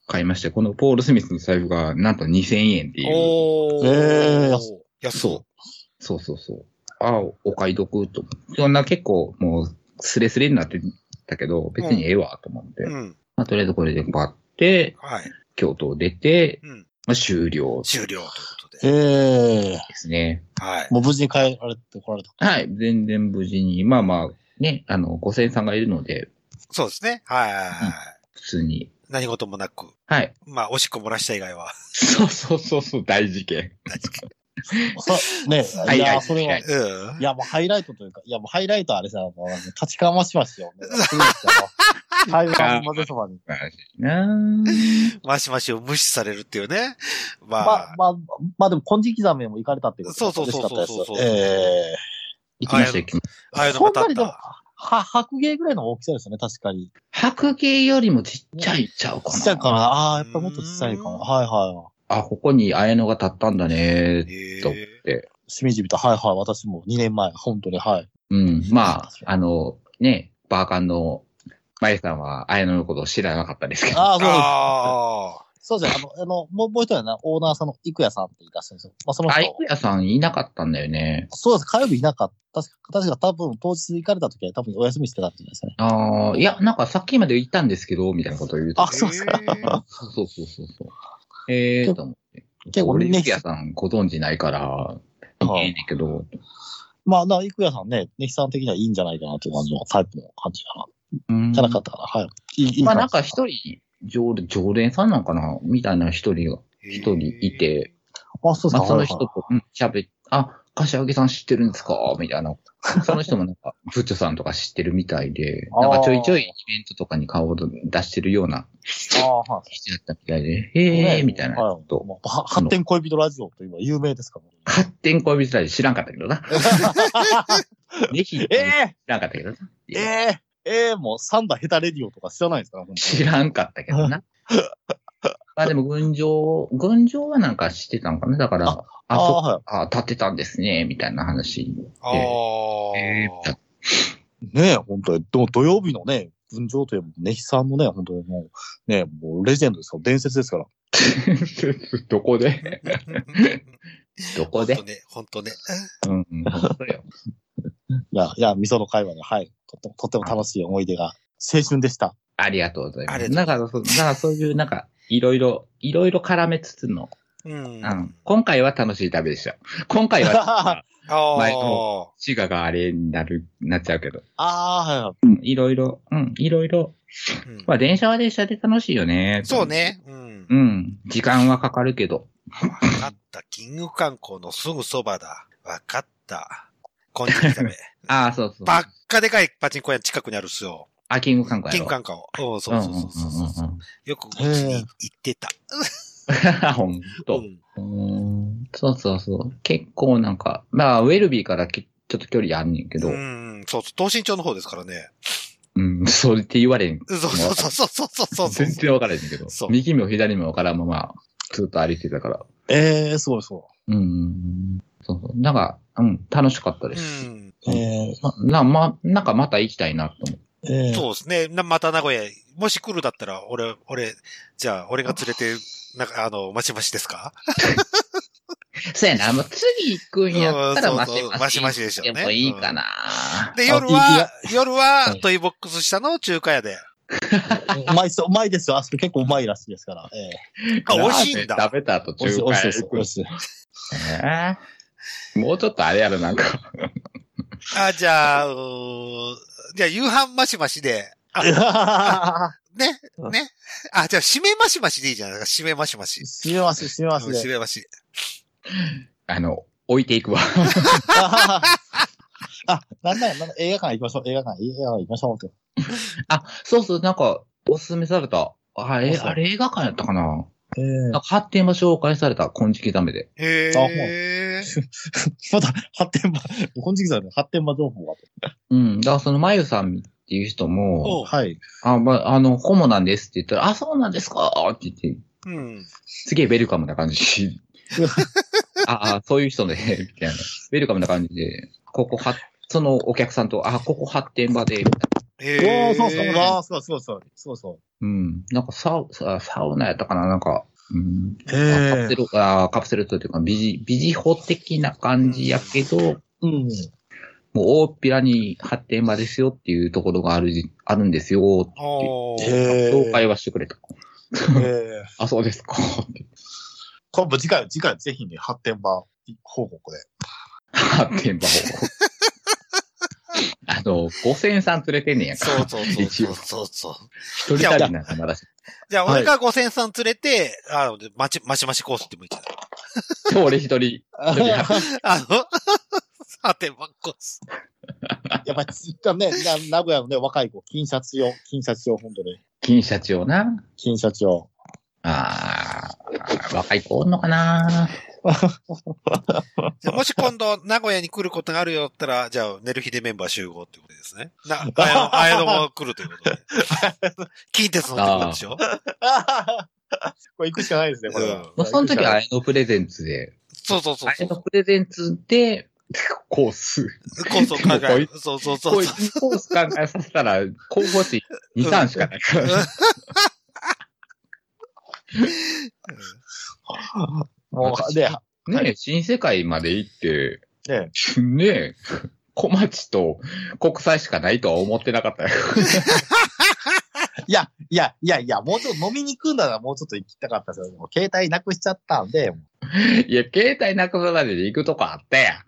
B: 買いまして、このポール・スミスの財布がなんと2000円って
A: う
B: いう。
A: おう。
C: ええ安
A: 安そ
B: そう。そうそうそう。ああ、お買い得と。そんな結構もう、スレスレになってたけど、別にええわと思って。
A: う。うん。
B: まあ、とりあえずこれで買って、
A: はい。
B: 京都を出て、
A: うん。
B: まあ、終了で
A: 終了ということで。
C: ええ
B: すね。
A: はい。
C: もう無事に帰られてこられた。
B: はい。全然無事に、まあまあ、ね、あの、五千さんがいるので、
A: そうですね。はいはいはい。
B: 普通に。
A: 何事もなく。
B: はい。
A: まあ、おしっこ漏らした以外は。 (laughs)
B: そうそうそうそう、大事件。
C: そうね
B: は。い
C: い
B: は
C: や、
B: い
C: それは。い
A: うん。
C: や、もうハイライトというか、いや、もうハイライトはあれさ、もう立ちかま
A: (laughs)
C: しますよ。もう古いですよ台湾の混ぜそばに。
B: 大事なぁ
A: マシマシを無視されるっていうね。ま
C: ま
A: あ
C: あ、、まあ、まあでも、金色刻みも行かれたっていうこと
A: そうそうそうそうそう
C: 嬉しかったですええ
B: 行きました、行きました。
A: ああいうの
C: そ
A: が
C: んな
A: 立
C: に
A: っ
C: でも
A: た。、
C: は、白芸ぐらいの大きさですよね、確かに。
B: 白芸よりもちっちゃいちゃうかな。
C: ちっちゃいかな。ああ、やっぱりもっとちっちゃいかな。
A: うん
C: はいは
B: あ、ここに綾野が立ったんだね、
A: え
B: と思っ
A: え。
B: て。
C: い。しみじみと、はいはい。私も2年前、本当に、はい。
B: うん。まあ、あの、ね、バーカンの、まゆさんは綾野のことを知らなかったですけど。
C: ああ、そうです。
A: ああ。
C: そうですね。あの、あの、もう、もう一人はな、オーナーさんの生谷さんっていらっしゃるんですよ。まあ、その人
B: あ、。いくやさんいなかったんだよね。
C: そうです。火曜日いなかった。確か、確か多分、当日行かれた時は多分お休みしてたんじゃないですかね。
B: ああ、いや、なんかさっきまで行ったんですけど、みたいなことを言うと。
C: あそうっすか
A: ええ
B: そうそうそうそうそう。ええー、と思って。
C: 結構
B: 俺、
C: ね
B: ゆきやさんご存知ないから、
C: あ
B: ええねんけど。
C: まあ、な、生谷さんね、ネヒさん的にはいいんじゃないかなという感じのタイプの感じかな。
B: うん
C: じゃなかったかな。はい。いい、いい
B: まあ
C: 感じ
B: なんか一人、常連常連さんなんかなみたいな一人が、一人いて、
C: あ、そうで
B: ま
C: すか。
B: あ、その
C: はいはい
B: 人とうん喋って、あ、柏木さん知ってるんですかみたいな。その人もなんか、
C: (laughs)
B: ブッチョさんとか知ってるみたいで、
C: あー
B: なんかちょいちょいイベントとかに顔を出してるような
C: ああ、はい。
B: 人だったみたいで、へえーみたいな
C: はい
B: こと。
C: もうは発展恋人ラジオというのは有名ですから、
B: 勝手に恋人たち知らんかったけどな。ぜひ、知
C: え
B: らんかったけどな。
C: えええええもうサンダーヘタレディオとか知らないですから、本当に
B: 知らんかったけどな。まあでも、群青、群青はなんか知ってたのかなだから、あ、
C: あ
B: そ
C: あ、
B: う
C: は
B: あ、立ってたんですね、みたいな話で。
A: ああ。
B: えー
C: い。ねえ、本当に。でも土曜日のね、文章というネヒさんのね、本当にもう、ねえもうレジェンドですから、伝説ですから。
B: (laughs) どこでど (laughs) こで
A: 本当ね、本当ね。
B: うん、うん本当よ。
C: いや、いや、味噌の会話で、はい。とっても、とっても楽しい思い出が、青春でした。
B: ありがとうございま
A: あり
B: す。
A: が
B: なんか、そうなんかそういう、なんか、いろいろ、いろいろ絡めつつの、
A: うん。
B: うん今回は楽しい旅でした。今回は、
A: あ
B: 前
A: あ。
B: 滋賀があれになる、なっちゃうけど、
C: ああ、はいはい。
B: うんいろいろ、うん、いろいろ、
A: うん
B: まあ、電車は電車で楽しいよね。
A: そう。ね。うん。
B: うん、時間はかかるけど、
A: 分かった。キング観光のすぐそばだ。分かった。こんにち
B: (laughs)
A: は。
B: ああ、そうそう。
A: ばっかでかいパチンコ屋近くにあるっすよ。
B: あ、キングカンカン
A: キン
B: や
A: グ
B: ろ。
A: 観光。うん、そうそうそうそうそう
B: うんうんうん
A: よくうちに行ってた。
B: うん。ほんと。
A: ん。
B: うーんそうそうそう。結構なんか、まあ、ウェルビーからきちょっと距離あんねんけど、
A: う
B: うん、
A: ん、そうそう、東身町の方ですからね。
B: それって言われん。
A: そうそうそうそうそうそうそう。
B: 全然分からへんねんけど
A: そう、
B: 右も左も分からんまま、ずっと歩いてたから。
C: ええすごい、すご
B: うんうんうん。そうそう。なんか、うん、楽しかったで
A: う
B: す。
A: ん。
C: い。ええ
B: な、ま、なんかまた行きたいなと思って。
C: ええ
A: そうですね。なまた名古屋、もし来るだったら、俺、俺、じゃあ、俺が連れ
C: (laughs)
A: て、なんか、あの、まちまちですか
B: そうやな、もう次行くんやったら
A: うん
B: マ
A: そう
B: シ
A: そう
B: マシ。
A: マシマシでしょうね
B: もいいかな。
A: で、夜
C: あい
A: は
C: や、
A: 夜は
C: は、い
A: トイボックス下の中華屋で。
C: うまいっすよ、うまいですよ。あそこ結構うまいらしいですから。ええ
A: あ、美味しいんだ。
B: ラーメン食べた後
C: 美味しい、
B: 中
C: 美
B: 華
C: 味
B: 屋
C: しいです、
B: 行
C: 美
B: くん
C: 味しい。
B: ねもうちょっとあれやろ、なんか。
A: あ、じゃあ、うーじゃあ夕飯マシマシで、あ、ね、
C: うん
A: ね。あ、じゃあ締めマシマシでいいじゃないですか。締めマシマシ。
C: 閉めます、閉めます
A: 締
C: (laughs) ね。
A: めマシ。
B: あの、置いていくわ。
C: あ、なんだよ、なんだ映画館行きましょう、映画館、映画館行きましょうって。
B: あ、そうそう、なんか、おすすめされた。あれ、
C: そうそう
B: あれ映画館やったかな
A: (laughs)
C: え
B: なんか発展場紹介された、金色ダメで。
A: へ
C: あほう
A: え。
C: まだ発展場、本時期さんね、発展場情報が。
B: うん。だからその、まゆさんっていう人
A: お
B: も、
C: はい。
B: あ、まあ、あの、ホモなんですって言ったら、あ、そうなんですかって言って、
A: うん。
B: すげえウェルカムな感じ。ああ、そういう人ね、 (laughs) みたいな。ウェルカムな感じで、ここは、そのお客さんと、あ、ここ発展場で、みたいな。
A: へ
C: お
A: え。
C: ー、そうそう、
A: あ
C: あーそうそう、そうそう、そ
B: うん。なんかサウ、ササウナやったかななんか、うん。
C: う。
B: カプ
C: へ
B: セル、あーカプセルというか、ビジ、ビジホ的な感じやけど、
C: うん。
B: もう大っぴらに発展場ですよっていうところがあるじ、あるんですよっていう、
A: おー
C: へ
B: 紹介はしてくれた。
C: え。
B: あ、そうですか。って
C: 今度次回、次回ぜひね、発展場報
A: (laughs)
C: 告で。
B: 発展場を。あの、五千さん連れてんねんやから。
A: そうそうそうそ
B: 一応
A: うそうそう。
B: 一
C: (laughs)
B: 人旅なんかまだし。
A: じゃあ、
C: はい
A: 俺が五千さん連れて、あの、まち、ましましコースってもいいじゃない
B: 今日俺一人。
A: あの、 (laughs) さて、まコース。
C: やっぱり、ツイッターね、な名古屋のね、若い子、金シャツ用、金シャツ用、本当に。
B: 金社長な。
C: 金シャツ用。
B: ああ、若い子おんのかな
A: じゃあもし今度、名古屋に来ることがあるよだったら、じゃあ、寝る日でメンバー集合ってことですね。な、あ
B: (laughs)
A: や、あやのも来るということで。近鉄乗ってくるんでしょ
C: (laughs) これ行くしかないですね、これ
A: うん
C: は。
B: もうその時はあ
C: は。
B: れのプレゼンツで、
A: そうそうそう
B: あ
A: そ
B: れ
A: う。
B: のプレゼンツで、コース。
A: コースを考え
B: もう
A: る。そうそうそうそう
B: こ
A: う
B: い。うコース考えさせたら、候補地2、3しかないから。
C: もう、で、
B: ねえ、新世界まで行って、
C: ね、
B: ねえ、小町と国際しかないとは思ってなかったよ。
C: いや、いや、いや、いや、もうちょっと飲みに行くんだらもうちょっと行きたかったですよ。でも携帯なくしちゃったんで、
B: いや、携帯なくさないで行くとこあったやん。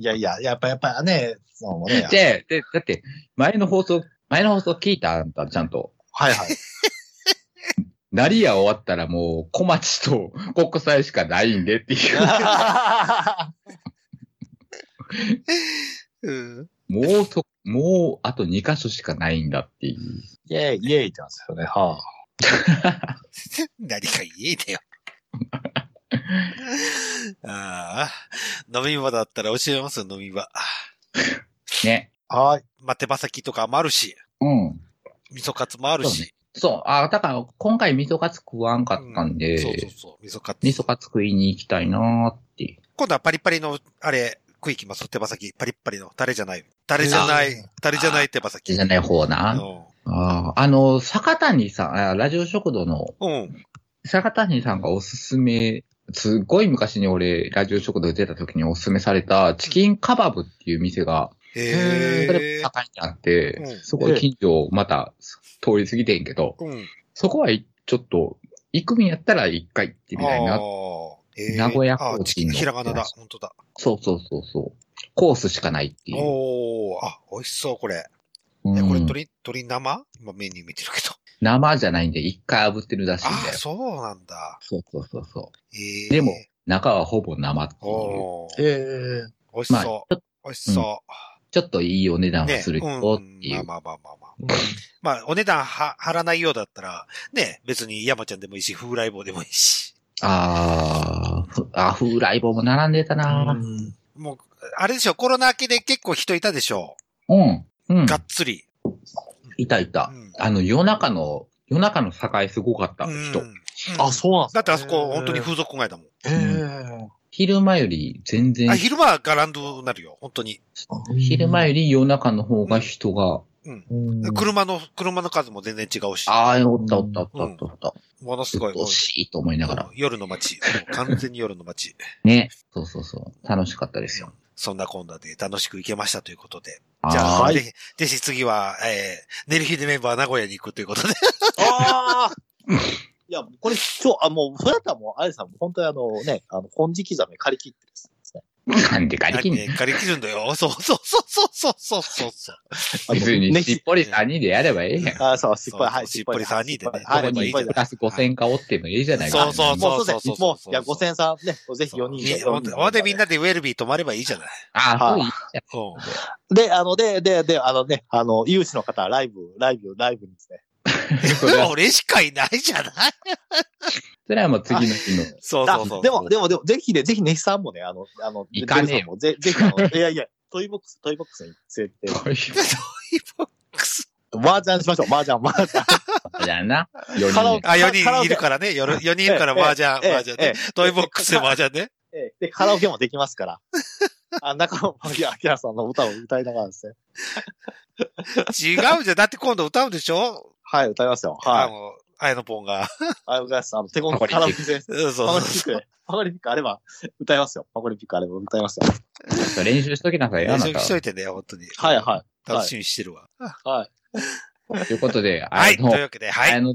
C: いやいや、やっぱ、やっぱね、そのね、
B: で、で、だって、前の放送、前の放送聞いたあんた、ちゃんと。
C: はいはい。 (laughs)
B: 成りや終わったらもう、小町と国際しかないんでっ
A: (laughs)
B: てい
A: (laughs)
B: う。
A: うん。
B: もうそ、もう、あと2箇所しかないんだっていう。
C: イェイ、イェイってなんですよね。は
A: 何か言えてよ。 (laughs) ああ、飲み場だったら教えますよ、飲み場。
B: ね。
C: あ、はい。
A: まあ、手羽先とかもあるし、
B: うん。
A: 味噌カツもあるし。
B: そう。あ、だから、今回味噌カツ食わんかったんで、
A: そうそうそう、味噌カツ。
B: 味噌カツ食いに行きたいなーっていう。
A: 今度はパリパリの、あれ、食いきます、手羽先。パリッパリの、タレじゃない。タレじゃない
C: あ、
A: タレじゃない手羽先。
B: じゃない方な。
A: う
B: あーあの、坂谷さん、あラジオ食堂の
A: ん。うん。
B: 坂谷さんがおすすめ、すっごい昔に俺、ラジオ食堂出た時におすすめされた、チキンカバブっていう店が、それ
A: へえ
B: も。坂にあって、
A: うん
B: すごい近所をまた通り過ぎてんけど、
A: うん。
B: そこはいちょっと、行くんやったら一回行ってみたい
A: あ
B: な。
A: ーへえ
B: 名古屋コ
A: あ
B: ーチンの
A: チキン、ひらがなだ。本当だ。
B: そうそうそうそう。コースしかないっていう。
A: おおあ、美味しそう、これ。
B: うん
A: え、これ鳥、鳥生今メニュー見てるけど。
B: 生じゃないんで、一回炙ってるらしいん
A: あ
B: だ
A: あ、
B: よ。
A: そうなんだ。
B: そうそうそうそ
A: ええ
B: う。でも、中はほぼ生っていう。
A: おー
C: え
A: 美味し
B: まあ、ち
A: そ
B: ょ
A: う。美味しそ
B: ちょっといいお値
A: う。
B: 段は
A: ね、
B: するけどっていう。
A: うんまあまあまあまあまあ。まあ、お値段は、張らないようだったら、ね、別に山ちゃんでもいいし、風来坊でもいいし。
B: あーふあ、風来坊も並んでたな。
A: もう、あれでしょ、コロナ明けで結構人いたでしょ。
B: うん。うん。
A: がっつり。
B: いたいた
A: うん。
B: あの、夜中の、夜中の境すごかった、人
A: う。ん
C: あ、そうなんす
A: だってあそこ、本当に風俗街だもん。
C: えー
B: 昼間より全
A: あ、
B: 然、
A: 昼間はガランドになるよ、本当に。
B: 昼間より夜中の方が人が、
C: うん
A: 車の、車の数も全然違うし。
B: ああ、おったおったおったおったおった。
A: ものす
B: す
A: ごい。もう
B: 惜しいと思いながら。
A: 夜の街。もう完全に夜の街。
B: ね。そうそうそう。楽しかったですよ。
A: そんなこんなで楽しく行けましたということで。
B: あ
A: じゃあ、
B: ー
C: はい
A: ぜひ、ぜひ次は、えー、寝る日でメンバー名古屋に行くということで。
C: ああいや、これ、今日、あ、もう、それだったらもう、あやさん、本当にあのね、あの、本時刻め借り切ってですね。
B: なんでができん
A: ね (laughs)
B: ねん。
A: ができるんだよ。そうそうそうそうそうそうそうそう。
B: 別に、
C: ね
B: しっぽり3人でやればええやん。
C: あ、そう、しっぽり、
A: そう
C: はい、
A: しっぽり三人でね
B: そ
A: あ
B: こ
A: ればい
B: に
A: いじゃん
B: プラス5000かおってもいいじゃないか。
A: そうそう
C: も
A: そううそうそ
C: そうで
A: う
C: す。もう、いや、五千さんね、ぜひ4人で。
A: ほんで、ほんでみんなでウェルビー泊まればいいじゃない。
B: ああ、そういい
A: うん。
C: で、あの、で、で、で、あのね、あの、有志の方はライブ、ライブ、ライブにですね。
B: それは、
A: 俺しかいないじゃない
B: それはもう次の日の。
A: そう
C: あ
A: そうそう。
C: でも、でも、でも、ぜひね、ぜひネヒさんもね、あの、あの、
B: 行かねえよ
C: デルさんもぜぜひ、あの、いやいや、トイボックス、トイボックスに連れて、
B: そういう
A: で、そういうボックス。
C: 麻雀しましょう、麻雀、麻雀。
B: ことだな。
C: カラ
B: 4
C: オ
A: (laughs)
C: ケ
A: あ、4人いるからね。4人いるから麻雀、
C: ええ
A: 麻雀
C: え
A: ね。トイボックスで麻雀ね。
C: ええで、カラオケもできま
A: (laughs)
C: すから。あ、中野明明さんの歌を歌いながらですね。
A: 違うじゃん。だって今度歌うんでしょ
C: はい、歌いますよ。
A: あ
C: はい。
A: の、あやのぽんが。
C: ありがとうございます。あの、手こ
B: パコリン
C: カラオ
B: ピッ
C: ケ
B: ク
C: で、
A: うんそうそう
C: パコリンピッ
A: そ
C: クで、パコリンピックあれば歌いますよ。パコリンピックあれば歌いますよ。
B: 人練習しときなさ
A: う。
B: いよ、あ
A: 練
B: な
A: 習
B: た
A: しといてね、本当に。
C: はい、はい。
A: 楽しみにしてるわ。
C: はい。
B: ということで、
A: はい、
B: あの
A: というわけで、は
B: あ
A: い。
B: のの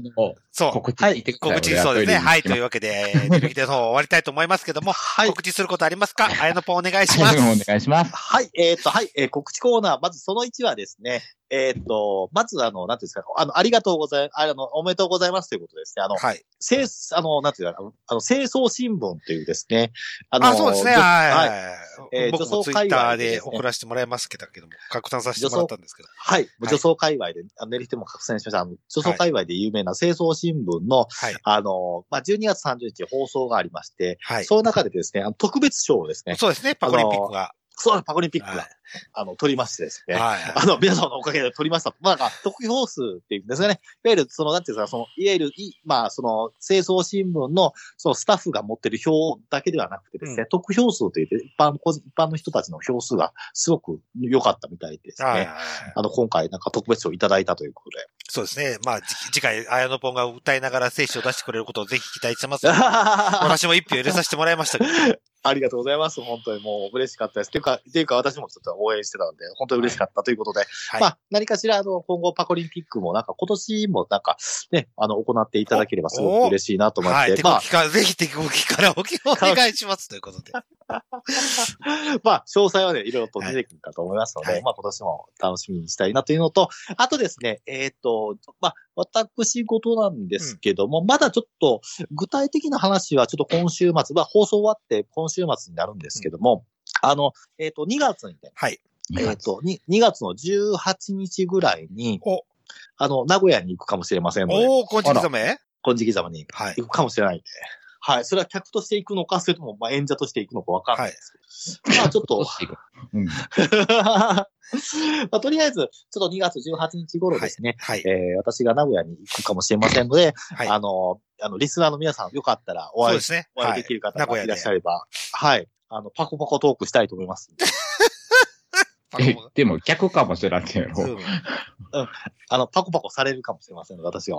A: そう。
B: 告知聞いてください。。
A: 告知そうですね。はい。といううわけで、デルギテの方終わりたいと思いますけども、
C: はい。
A: 告知することありますかあやのぽんお願いしま
B: はい
A: す。
B: お願いし (laughs) ます。
C: はい、えっ、と、はい、えー告知コーナー、まずその1はですね、えっ、と、まずあの、なんていうんですか、あの、ありがとうございあの、おめでとうございますということですね。あの、
A: はい。
C: 清、あの、なんていうか、あのあの、清掃新聞というですね、あの、
A: あ、そうですね。
C: 女
A: はい
C: はい。
A: はいはい。
C: えー
A: 僕もツイ
C: 女装
A: ッ
C: 界
A: ター
C: 隈で
A: で
C: ですね
A: 送らせてもらいますけど、拡散させてもらったんですけど。
C: はい、女装界隈で、あの、ネリテも拡散しました。あの、女装界隈で有名な清掃新聞の、
A: はい。
C: あの、まあ、12月30日放送がありまして、
A: はい。
C: その中でですね、あの特別賞をですね、
A: そうですね。パコリンピックが。
C: そう、パコリンピック
A: は
C: が、
A: い
C: あの、取りましてですね、
A: はい。
C: あの、皆様のおかげで取りました。まあ、なんか、得票数っていうんですかね。いわゆる、その、なんていうんですか、その、いわゆる、いまあ、その、清掃新聞の、そのスタッフが持ってる票だけではなくてですね、
A: うん
C: 得票数といって、一般、個人一般の人たちの票数がすごく良かったみたいですね。
A: はい。
C: あの、今回、なんか特別賞いただいたということで。
A: そうですね。まあ、じ次回、綾野ぽんが歌いながら精子を出してくれることをぜひ期待して (laughs) ますよ。私も一票入れさせてもらいましたけど。
C: ありがとうございます。本当にもう嬉しかったです。っていうか、っていうか私もちょっと応援してたんで、本当に嬉しかったということで、
A: い
C: まあ、何かしら、あの、今後パコリンピックもなんか今年もなんか、ね、あの、行っていただければすごく嬉しいなと思って、
A: はい。手
C: ま
A: こきか、ぜひ手こきからおきをお願いしますということで。
C: あ、 (laughs) まあ、詳細はね、いろいろと出てくるかと思いますので、
A: はい
C: まあ、今年も楽しみにしたいなというのと、あとですね、えっ、と、まあ、私事なんですけども、まだちょっと、具体的な話はちょっと今週末、まあ、放送終わって今週末になるんですけども、あの、えっ、と、2月にね、
A: はい。
C: えっ、と、に2月の18日ぐらいに、
A: お
C: あの、名古屋に行くかもしれませんので、
A: おー、こんちきざめ
C: 金色様に
A: はい。
C: 行くかもしれないんで。はい。それは客として行くのか、それとも、まあ、演者として行くのかわかんないですけど。まあ、ちょっと、
B: うん。
C: (laughs) まあ、とりあえず、ちょっと2月18日頃ですね、
A: はい。
C: えー私が名古屋に行くかもしれませんので、
A: はい
C: あの、あの、リスナーの皆さん、よかったらお
A: そうで
C: 会い
A: すね。
C: お会いで
A: は
C: きる方
A: 名古
C: が
A: 屋
C: い
A: で
C: らっしゃれば、はい、あの、パコパコトークしたいと思います。
A: パ
B: え
A: コ
B: (laughs) でも逆かもしれんけ
A: う
B: ど、
A: ん
C: あの、パコパコされるかもしれませんので、私が。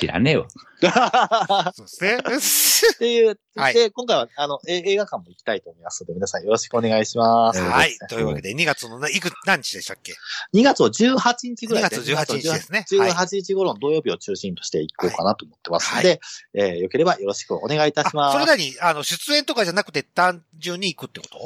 B: 知らねえわ。
A: そう
C: (laughs)
A: ですね。 (laughs)
C: っていう、
A: はい
C: で、今回は、あの、え映画館も行きたいと思いますので、皆さんよろしくお願いします。
A: はい。というわけで、2月のな、いく、何日でしたっけ
C: 2月を18日ぐらい
A: 2月18日ですねはい
C: 18日頃の土曜日を中心としていこうかなと思ってますので、えー、よければよろしくお願いいたし
A: あ、
C: ます。
A: それなりに、あの、出演とかじゃなくて、単純に行くってこと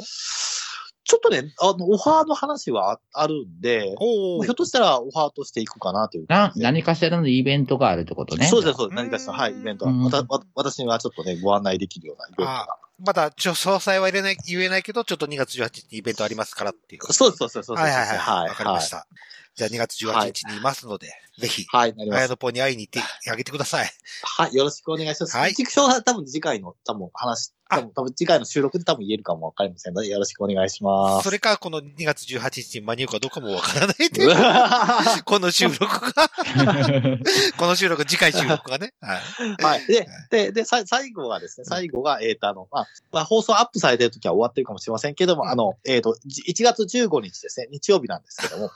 C: ちょっとね、あの、オファーの話はああるんで、
A: お
C: ひょっとしたらオファーとしていくかなという。
B: な、何かしらのイベントがあるってことね。
C: そうです、
B: す。
C: そうです。何かしら、
A: うん
C: はい、イベントは。わた、わ私にはちょっとね、ご案内できるようなイベントが。
A: まだ、ちょ、詳細は入れない、言えないけど、ちょっと2月18日にイベントありますからっていう。
C: そうです、そうです、そうです。
A: はいはいはい。
C: はい、
A: わかりました。じゃあ2月18日にいますので、ぜひ、
C: はい。はい、なりま
A: 綾
C: す。
A: 野ぽに会いに行ってあげてください。
C: はい、よろしくお願いします。
A: は
C: はいい。畜生は多分次回の、多分話、
A: あ
C: 多分多分次回の収録で多分言えるかもわかりませんので、よろしくお願いします。
A: それか、この2月18日に間に合うかどうかもわからないで
C: う、 (laughs) わ
A: (laughs) この収録が、この収録、次回収録がね。 (laughs) はい。
C: (laughs) はい。で、で、で、さい最後がですね、最後が、えっ、と、あの、まあ、まあ、放送アップされてる時は終わってるかもしれませんけども、あの、えっ、と、じ1月15日ですね、日曜日なんですけど (laughs) も、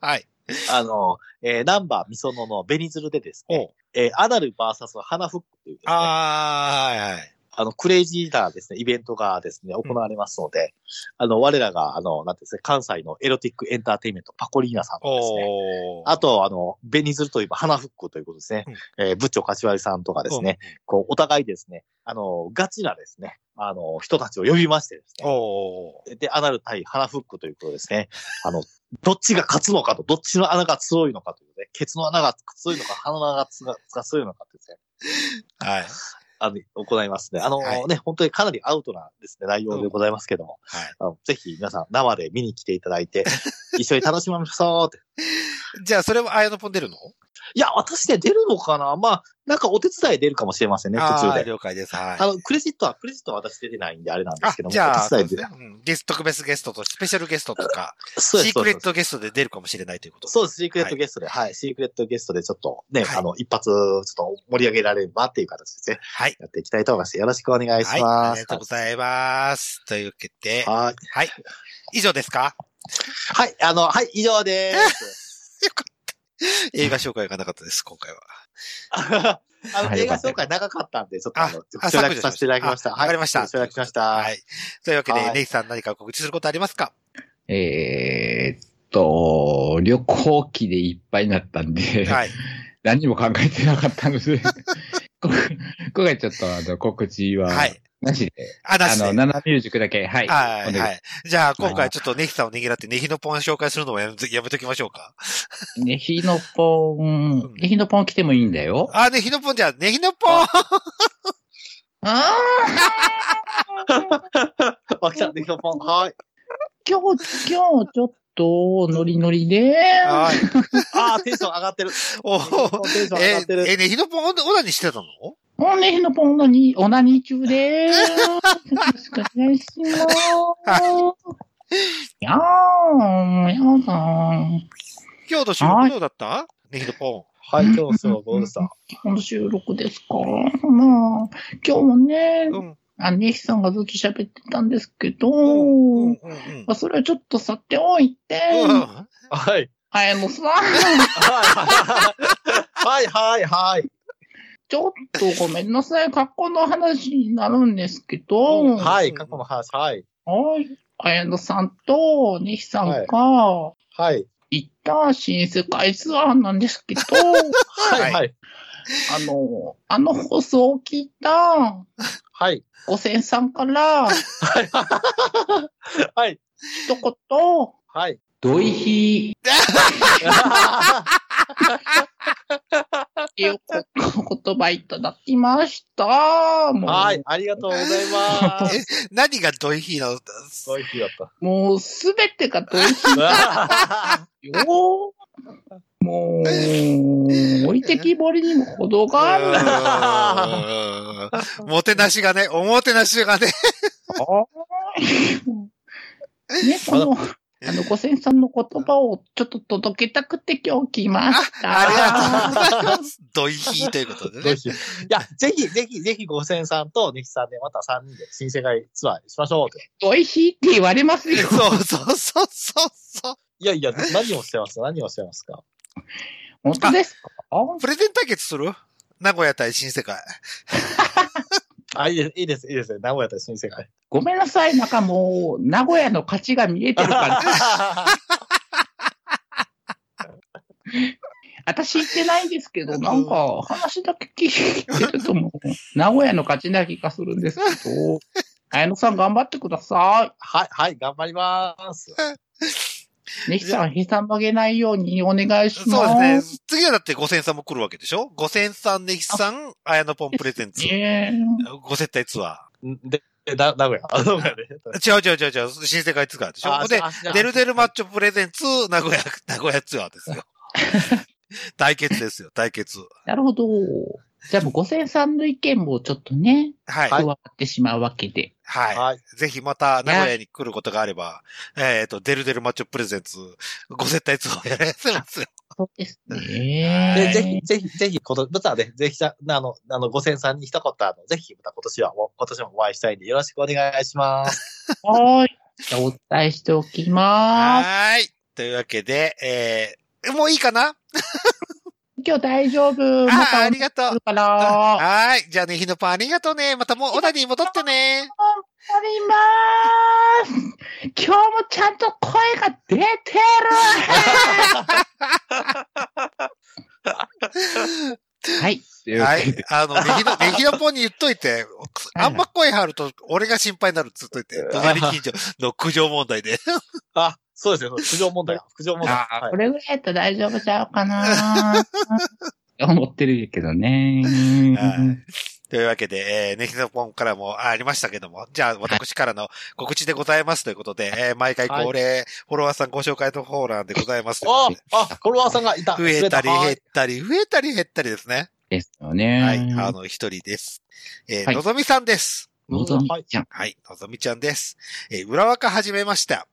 A: はい。
C: あの、えー、ナンバーみそののベニズルでです
A: お
C: ね、えーアナルバーサス花フックっていうですね、
A: あー、はいはい。
C: あの、クレイジーなですね、イベントがですね、行われますので、あの、我らが、あの、なんていうんですか、関西のエロティックエンターテインメント、パコリーナさんとですね、
A: おー
C: あ、と、あの、ベニズルといえば、花フックということですね、えー、部長柏木さんとかですね、こう、お互いですね、あの、ガチなですね、あの、人たちを呼びましてですね、
A: お
C: で、アナル対鼻フックということですね。あの、どっちが勝つのかと、どっちの穴が強いのかというね、ケツの穴が強いのか、鼻の穴がつがが強いのかというですね、
A: ーはい。
C: あの、行いますね。あの、
A: はい
C: ね、本当にかなりアウトなですね、内容でございますけども、
A: はい。
C: あのぜひ皆さん生で見に来ていただいて、 (laughs) 一緒に楽しみましょうって。
A: じゃあ、それは綾野ポン出るの
C: いや、私ね、出るのかなまあ、なんかお手伝い出るかもしれませんね、途中
A: あー
C: で。
A: 了解です。はい。
C: あの、クレジットは、クレジットは私出てないんであれなんですけども、
A: じゃあ、
C: お
A: そ
C: 手
A: う
C: 伝
A: で
C: い
A: す
C: 出
A: ね
C: る。
A: うんゲスト、特別ゲストと、スペシャルゲストとか、
C: (laughs) そうで
A: シー
C: すそう
A: ク
C: で
A: レ
C: す
A: ットゲストで出るかもしれないということ。
C: そうです。シークレットゲストで、はい、シークレットゲストでちょっとね、
A: はい
C: あの、一発、ちょっと盛り上げられればっていう形ですね。
A: はい。
C: やっていきたいと思います。よろしくお願いし
A: はい。あ
C: ま
A: り
C: す
A: が。とうございます。というわけで、
C: はい。はい。
A: はい。以上ですか
C: はいあの、はい、以上で
A: (laughs)
C: ーす。
A: よかった。映画紹介がなかったです、今回は。
C: あの、
B: はい
C: 映
B: よか
C: 画
B: った
C: 紹介長かったんで、ちょっとあの、
A: あ
C: 省略させていただきました。
A: あ
C: はい
A: わかりました
C: 省略しました。
A: はい。というわけで、
C: はい
A: ネイキさん何か告知することありますか
B: (laughs) えーっと、旅行機でいっぱいになったんで、
A: はい。
B: 何も考えてなかった
A: (laughs)
B: ので、こ今回ちょっとあの告知は
A: はい。
B: なしで、
A: あ、な
B: あ
A: しで
B: の、ナナミュージックだけ、はい。
A: はい、
B: お願
A: はい。じゃあ、今回ちょっとネヒさんをねぎらって、ネヒのポン紹介するのもやめやめときましょうか。
B: い。ね、ヒノポ
A: ん
B: ン、ヒノポン来てもいいんだよ。
A: あ、ネヒのポンじゃあ、ネヒのポン
B: あ
C: わかった。できたポンは
B: ー
C: い。
B: 今日、今日ちょっとノリノリで、
A: はい。
C: あー、テンション上が
A: (laughs)
C: ってる。
A: おー
C: テンション上が
A: え
C: ってる。、
A: え、ネヒのポンオナニーしてたの
B: もうね、ヒノポンオナニ、オナニ中でーす。よろしくお願いします。やーん、やーさん。
A: 今日の収録どうだったネヒのポン。
C: はい、今日のシ
A: (laughs)
C: ョーどうでした
B: 今の収録ですかまあ、今日もね、
A: うん。
B: あ、ネヒさんがずっと喋ってたんですけど、
A: うん。うん。うん。
B: まあ、それはちょっと去っておいて、
A: うん
C: はい。
B: あやのさん、
C: はい、はい、はい、はい。
B: ちょっとごめんなさい、格好の話になるんですけど、
A: うん
B: は
C: はい、過去の話、はい。
B: い。あやのさんとネヒさんが行
C: はい。
B: った新世界ツアーなんです
A: (laughs)
B: けど、
C: はい、はい。
B: あの、あの放送を聞いた
C: はい。
B: 五千さんから
C: はい。
B: 一言、
C: はい。
B: ドイヒーっていうお言葉いただきました。もう
C: (laughs) はい、ありがとうございます。え
A: 何がドイヒーなの
C: ごい日だった。
B: もうすべてがドイヒー
A: (laughs)
B: よ。もう、置いてきぼりにも程があるな。
A: うーんもてなしがね、おもてなしがね。
B: ね、その、あの、五千さんの言葉をちょっと届けたくて今日来ました。
A: ありがとうございます。ドイヒーということで
C: ぜ
A: ね。
C: ひ。いや、ぜひ、ぜひ、ぜひ、五千さんとネヒさんで、また三人で新世界ツアーしましょうと。
B: ドイヒーって言われます (laughs) よ。
A: そうそうそうそうそう。
C: いやいや、何をしてます何をしてますか
B: 本当ですか
A: プレゼン対決する名古屋対新世界。
C: あ、いいです、いいです、いいですね。名古屋と新世界。 (laughs)
B: ごめんなさい、なんかもう、名古屋の勝ちが見えてる (laughs) から、私行ってないですけど、なんか話だけ聞いてるともう、名古屋の勝ちな気がするんですけ (laughs) ど、綾野さん頑張ってくださ
C: はい、はい、頑張ります。
B: い。ネヒさん、ひさん曲げないようにお願いします。
A: そうですね。次はだって五千さんも来るわけでしょ五千さん、ネヒさん、綾野ポンプレゼンツ。
B: ね
A: 五接待ツア
C: で、な名古屋。あ名古屋で。 (laughs)
A: ー。違う違う違う違う。新世界ツアーでしょで、デルデルマッチョプレゼンツ、名古屋、 (laughs) 名古屋ツアーです (laughs) よ。対決ですよ、対決。
B: えなるほど。じゃあもう、五千さんの意見もちょっとね、
A: はい。は
B: 加
A: い。
B: わってしまうわけで。
C: はい。
A: ぜひまた名古屋に来ることがあれば、えっ、と、デルデルマッチョプレゼンツ、ご接待ツアーやらせますよ。
B: そうです
C: で、
B: ね。
C: ぜひ、ぜひ、ぜひ、こと、またね、ぜひ、あの、あの、五千さんに一言、あの、ぜひ、また今年は、お今年もお会いしたいんで、よろしくお願い
A: (laughs)
C: します。
B: はーい。じゃあお伝えしておきます。
A: はーい。というわけで、えー、もういいかな
B: 今日大丈夫。ま
A: ああ、
B: た
A: あ
B: お
A: り
B: 願
A: が
B: い
A: とう
B: す。るから。あ
A: はーい。じゃあね、ひのぱんありがとうね。またもう、オナに戻ってね。
B: りまーす。今日もちゃんと声が出てる。
A: (laughs)
B: はい。というわ
A: は
B: け
A: い
B: で。。
A: あの、ねひの、ねひのぽんに言っといて、あんま声張ると、俺が心配になるっつっとい (laughs) て、隣近所の苦情問題で。 (laughs)
C: あ、そう (laughs) ですね。苦情問題。苦情問題。
B: あ
C: は
B: ーこ
C: い、
B: れぐらいだと大丈夫ちゃう
A: (laughs)
B: かな。思ってるけどね。
A: はいというわけで、えー、ネヒノポンからもあありましたけども、じゃあ私からの告知でございますということで、えー毎回恒例、フォロワーさんご紹介のコーナーでございます。
C: あ、
A: (laughs)
C: あ、フォロワーさんがいた。
A: 増えたり
C: はい
A: 減ったり、増えたり減ったりですね。
B: ですよ
A: はい。
B: ね。
A: あの、一人です。えー
B: はい
A: のぞみさんです。
B: のぞみちゃん。
A: はい、のぞみちゃんです。えー裏若始めました。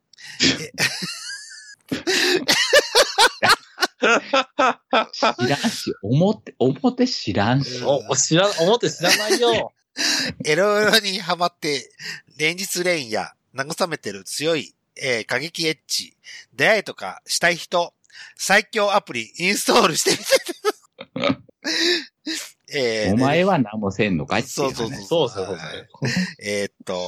B: 知らんし、表、表知らんし。
C: お、知ら、表知らないよ。
A: エロエロにハマって、連日レインや、慰めてる強い、えー過激エッチ、出会いとかしたい人、最強アプリインストールして
B: (laughs)
A: みて。えー
B: お前は何もせんのかってい
A: (laughs) そう
B: 話。
A: そうそう。
C: そうそうそうそう。
A: えーっと、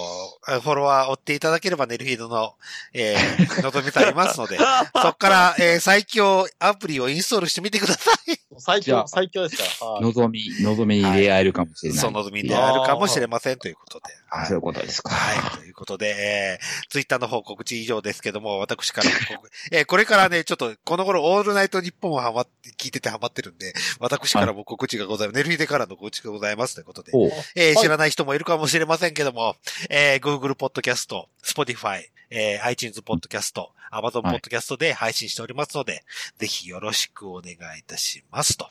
A: フォロワー追っていただければネルフィードの、え
B: (laughs)
A: ー、のぞみさんいますので、そっから、えー最強アプリをインストールしてみてください。
C: 最
B: じゃ
C: 強、
B: あ
C: 最強ですから。はい
B: のぞみ、のぞみに出会えるかもしれない。
A: そのぞみであるかもしれませんということで。
B: あそういうことですか。
A: はい。ということで、えー、ツイッターの方告知以上ですけども、私からも告、えーこれからね、ちょっと、この頃、オールナイト日本をハマって、聞いててハマってるんで、私からも告知がございます。ネルヒデからの告知がございますということで、
B: おう
A: えー
C: はい
A: 知らない人もいるかもしれませんけども、えー Google Podcast、Spotify、えー iTunes Podcast、Amazon
B: はい
A: Podcast で配信しておりますので、ぜひよろしくお願いいたしますと。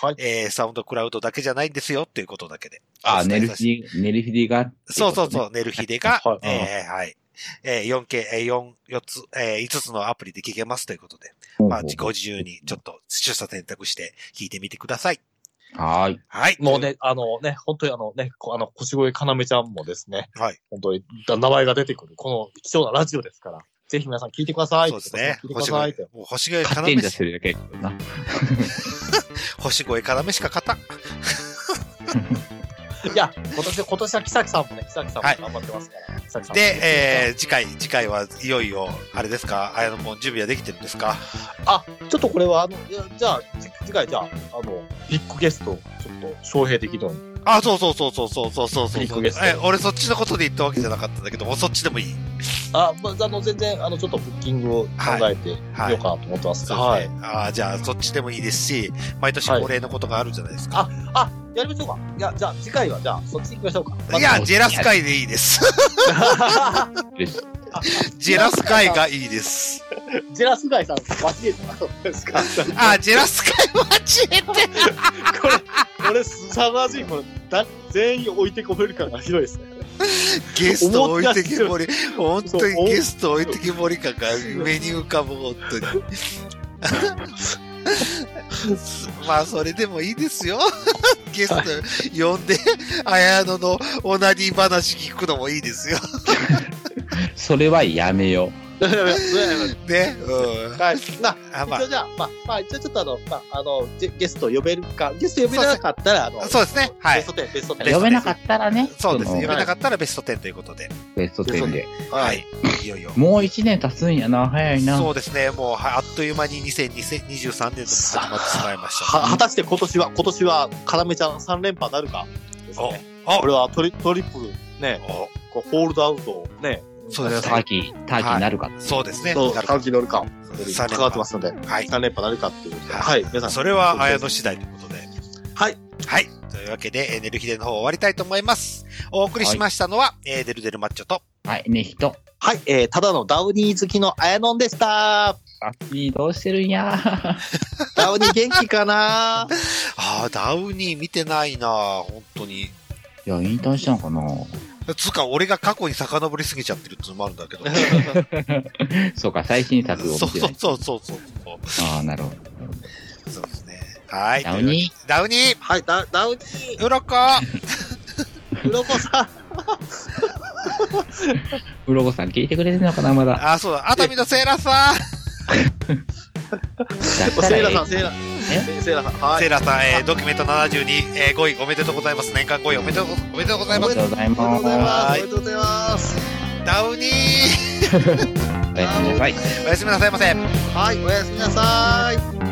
C: はい。
A: えーサウンドクラウドだけじゃないんですよっていうことだけで。
B: あ、
A: お伝
B: ネ
A: え
B: ル
A: さ
B: フ
A: せて
B: ィディ、ネルフィディが、
A: そうそう
B: う。
A: そう、寝る日でが
C: (laughs) はい、
A: えーはい。えー 4K、えー4、4つ、えー5つのアプリで聞けますということで、
B: ほう
A: まあ、
B: ほう
A: ご自由にちょっと、出査選択して聞いてみてください。
B: はーい。
A: はい。
C: もう。ね、あのね、本当にあのね、こあの、腰越かなめちゃんもですね、
A: はい。
C: 本当にだ名前が出てくる、この貴重なラジオですから、ぜひ皆さん聞いてください。
A: そうですね
C: 聞い。てくだ
A: 星
C: さいっ
A: 越
C: て。、
A: もう星越
B: 勝
A: 要
B: 手に出
A: し
B: してるだけだけどな。
A: 星越要しか勝たん。
C: いや、今年、今年は木崎さんもね、木崎さんも
A: はい
C: 頑張ってますから、木崎さんも
A: で、えー、次回、次回はいよいよ、あれですか、あの、もう準備はできてるんですか
C: あ、ちょっとこれは、あの、いやじゃあ、次次回じゃあ、あの、ビッグゲストをちょっと、招聘できるように。
A: あ、そうそうそうそうそうそうそうそう
C: いい子ですね
A: え、俺そっちのことで言ったわけじゃなかったんだけど、もうそっちでもいい。
C: あ、まあ、あの、全然、あの、ちょっとブッキングを考えてみようか
A: はい
C: なと思ってます。
A: そう
C: は
A: で
C: い
A: す。ね。あーじゃあ、そっちでもいいですし、毎年恒例のことがあるじゃないですか。
C: あ、やりましょうか。いや、じゃあ、次回は、じゃあ、そっち行きましょうか。
A: いや、ジェラス会でいいです。
B: です
A: ジェラス会がいいです。
C: ジェラスガイさん、忘れて (laughs) なかったですか
A: あ、ジェラス会間違えて
C: これ、これ、凄まじい、これ、だ全員置いてこぼれる感がひどいですね。 (laughs)
A: ゲスト置いてけぼり、本当にゲスト置いてけぼり感が目に浮かぶ、本当
C: (laughs)
A: に。まあ、それでもいいですよ。ゲスト呼んで、綾野のオナニー話聞くのもいいですよ。
B: それはやめよ
A: ね。うん。
C: はい。な、
A: あま
C: 一応じゃあ、まあ、まあ、一応ちょっとあの、まあ、あの、ゲゲスト呼べるか、ゲスト呼べなかったら、あの、
A: あ、そうですね。は
C: ベ
A: い
C: ス。ト10、ベスト
A: ベス
B: う。
A: ト
B: 呼
C: 10。
B: べなかったらね。
A: そうです
B: そ
A: ね。
B: の
A: 呼べなかったらベスト10ということで。
B: ベスト10で。
A: は
C: はいい。。
A: いよいよ。
B: もう一年経つんやな。早いな。
A: そうですね、もうはあっという間に2023年と始まってしまいました。
C: は、果たして今年は、今年は、かなめちゃん3連覇なるかです
A: お
C: ね。こ
A: お
C: れはトリトリプル、ね、
A: お
C: こうホールドアウト、ね。
A: そうですね
B: ター。キー、ターキーになるか。
A: そうですね。
C: そう、
A: なる
C: 短期乗るか、
A: 三連
C: 関わって
A: 覇。
C: ますので、
A: はい。
C: 3連覇なるかっていうことで。
A: は
C: はい、皆さん。
A: それは綾野次第ということで。
C: はい。
A: はい。というわけで、えーネルヒデの方終わりたいと思います。お送りしましたのは、えーデルデルマッチョと、
B: はい、ね、人。
C: はい、えー、ただのダウニー好きのあやのんでした。
B: タッキーどうしてるんや。 (laughs)
C: ダウニー元気か
A: (laughs)
C: な
A: ああ、ダウニー見てないな本当に。
B: いや、引退したのかな。
A: つうか、俺が過去に遡りすぎちゃってるっていうのもあるんだけど。
B: そうか、最新作を見
A: そう
B: て
A: そ
B: な
A: う
B: い。
A: そうそうそう。
B: ああ、なるほど。
A: そうですね。はい。
B: ダウニ
A: ー。ダウニー
C: はい、ダダウニー、
A: うろこ
C: うろこさん。
B: うろこさん聞いてくれてるのかな、まだ。
A: あ、そうだ。熱海のセーラーさん
B: だった
C: セ
B: ら
C: イラ
B: え
C: さん、セイラ、セイラさん、はい。
A: セイラさん、えードキュメント72、えー、5位おめでとうございます。年間5位おめでとうおめでとうございま
B: あり
A: す。
B: がとうござい
C: おめでとうござい
B: ま
C: ます。おめでとうございます。
A: ダウニー
B: す。おやすみなさい。
A: おやすみなさいませ。
C: はい、おやすみなさい。